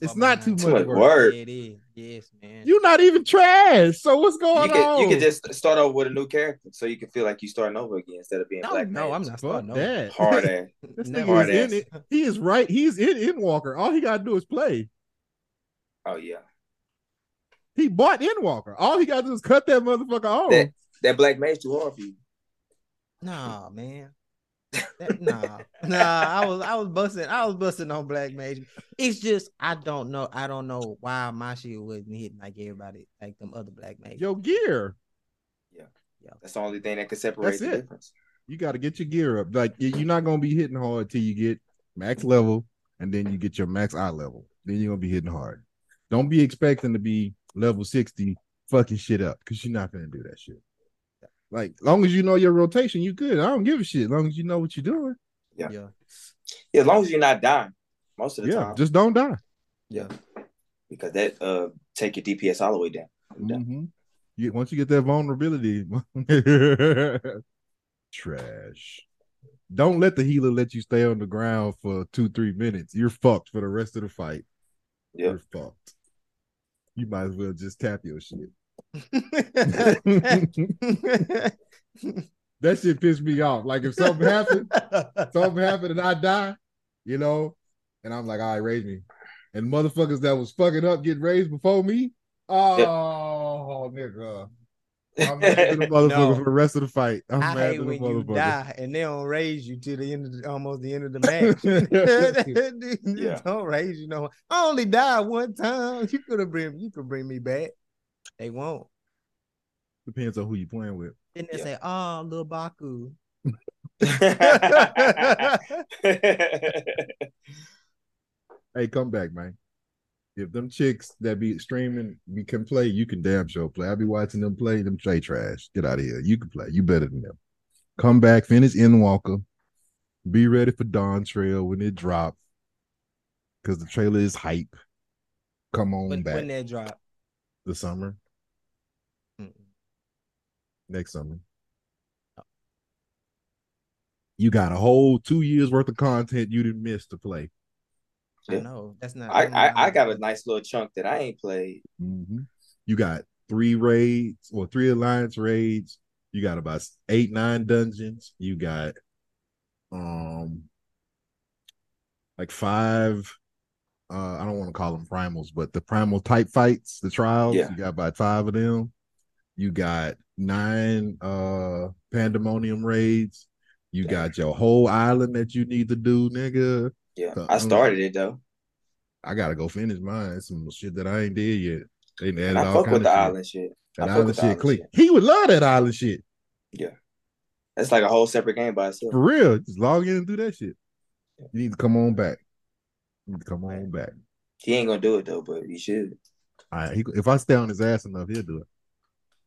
A: It's
B: far
A: not
B: behind.
A: too
C: Too much
A: work.
B: Yeah, it
C: word.
B: is. Yes, man.
A: You're not even trash. So what's
C: You
A: going
C: can
A: on?
C: you can just start over with a new character, so you can feel like you starting over again instead of being
B: no,
C: black.
B: no,
C: mage.
B: I'm not
A: fuck
B: starting over.
A: that. [LAUGHS]
C: hard ass.
A: This
B: Never.
A: nigga
C: Hard
A: is in
C: ass.
A: it. He is right. He's in in Walker. All he gotta do is play.
C: Oh yeah,
A: He bought in Walker. All he gotta do is cut that motherfucker off.
C: That- that black mage too hard for you. [LAUGHS]
B: Nah, man. That- nah, nah. I was I was busting I was busting on Black Mage. It's just I don't know I don't know why my shit wasn't hitting like everybody like them other Black Mages.
A: Your gear.
C: That's the only thing that can separate
A: That's
C: the
A: it.
C: difference.
A: You gotta get your gear up. Like you- you're not gonna be hitting hard till you get max level, and then you get your max eye level. Then you're gonna be hitting hard. Don't be expecting to be level 60 fucking shit up because you're not gonna do that shit. Like, long as you know your rotation, you good. I don't give a shit. long as you know what you're doing.
C: Yeah.
B: Yeah.
C: Yeah, as long as you're not dying most of the
A: Yeah,
C: time,
A: just don't die.
C: because that uh take your DPS all the way down. [LAUGHS] Yeah.
A: Mhm. You, once you get that vulnerability, [LAUGHS] trash. Don't let the healer let you stay on the ground for two, three minutes. You're fucked for the rest of the fight.
C: Yeah.
A: You're fucked. You might as well just tap your shit. [LAUGHS]
B: [LAUGHS]
A: that shit pissed me off. Like if something happened, something happened and I die, you know, and I'm like, all right, raise me. And motherfuckers that was fucking up get raised before me. Oh, nigga. I'm mad at
B: [LAUGHS]
A: the motherfucker
B: No.
A: for the rest of the fight. I'm
B: I
A: mad at
B: hate
A: the
B: when you
A: motherfucker.
B: die and they don't raise you to the end of the, almost the
C: [LAUGHS]
B: end of the [LAUGHS]
A: [LAUGHS]
B: match.
C: Yeah.
B: Don't raise you no. more. I only died one time. You could have bring you could bring me back. They won't.
A: Depends on who you playing with.
B: Then they
C: Yeah.
B: say, "Oh, little Baku."
A: Hey, come back, man. If them chicks that be streaming we can play, you can damn sure play. I be watching them play. Them play trash. Get out of here. You can play. You better than them. Come back. Finish in Walker. Be ready for Dawn Trail when it drops, because the trailer is hype. Come on
B: When,
A: back.
B: when that drop.
A: the summer,
B: Mm.
A: next summer.
B: Oh.
A: You got a whole two years worth of content you didn't miss to play.
B: I
C: Yeah.
B: know that's not.
C: I,
B: that's not- [LAUGHS]
C: I I got a nice little chunk that I ain't played.
A: Mhm. You got three raids or three alliance raids. You got about eight, nine dungeons. You got um like five. Uh, I don't want to call them primals, but the primal type fights, the trials.
C: Yeah.
A: You got about five of them. You got nine uh pandemonium raids. You
C: Yeah.
A: got your whole island that you need to do, nigga.
C: Yeah,
A: So,
C: I
A: mm.
C: started it though.
A: I gotta go finish mine. Some shit that I ain't did yet. They done added
C: I
A: all
C: fuck
A: kind
C: with
A: of
C: the
A: shit.
C: island shit.
A: That
C: I fuck
A: island
C: with the
A: shit
C: island
A: clean.
C: shit.
A: He would love that island shit.
C: That's like a whole separate game by itself.
A: For real. Just log in and do that shit. You need to come on back. You need to come on back.
C: He ain't gonna do it though, but he should.
A: All right. He, if I stay on his ass enough, he'll do it.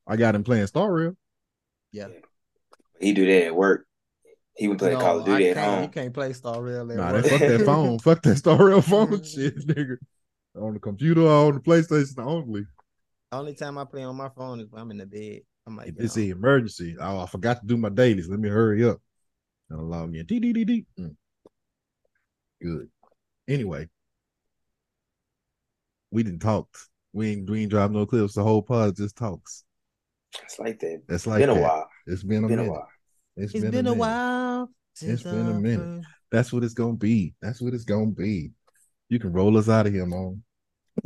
A: I got him playing Star Rail.
B: Yeah.
C: He do that at work. He been playing
B: No,
C: Call of
B: I
C: Duty at
B: can't- You
C: home.
B: can't play Star Rail. at
A: Nah,
B: work.
A: that, fuck that
C: [LAUGHS]
A: phone. Fuck that Star Rail phone shit, nigga. On the computer, on the PlayStation only.
B: [LAUGHS] Only time I play on my phone is when I'm in the bed. I'm like,
A: If it's
B: "Yo."
A: an emergency, oh, I forgot to do my dailies. Let me hurry up and log in. Dee, dee, dee, dee. Mm. Good. Anyway, we didn't talk. We ain't, we ain't drop no clips. The whole pod just talks.
C: It's like that.
A: That's like
C: been a
A: that.
C: while.
A: It's been a
C: Been a
A: minute.
C: while.
B: It's been, a
A: minute.
B: while. since
A: been a
B: I
A: minute. That's what it's gonna be. That's what it's gonna be. You can roll us out of here, man.
B: All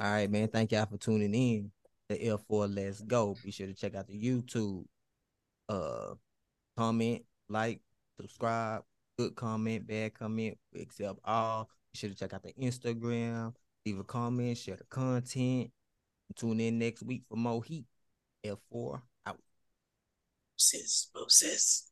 B: right, man. Thank y'all for tuning in. The L4 Let's Go. Be sure to check out the YouTube. Uh comment, like, subscribe, good comment, bad comment. We accept all. Be sure to check out the Instagram. Leave a comment, share the content. Tune in next week for more heat. L4 out.
C: Sis, boo, sis.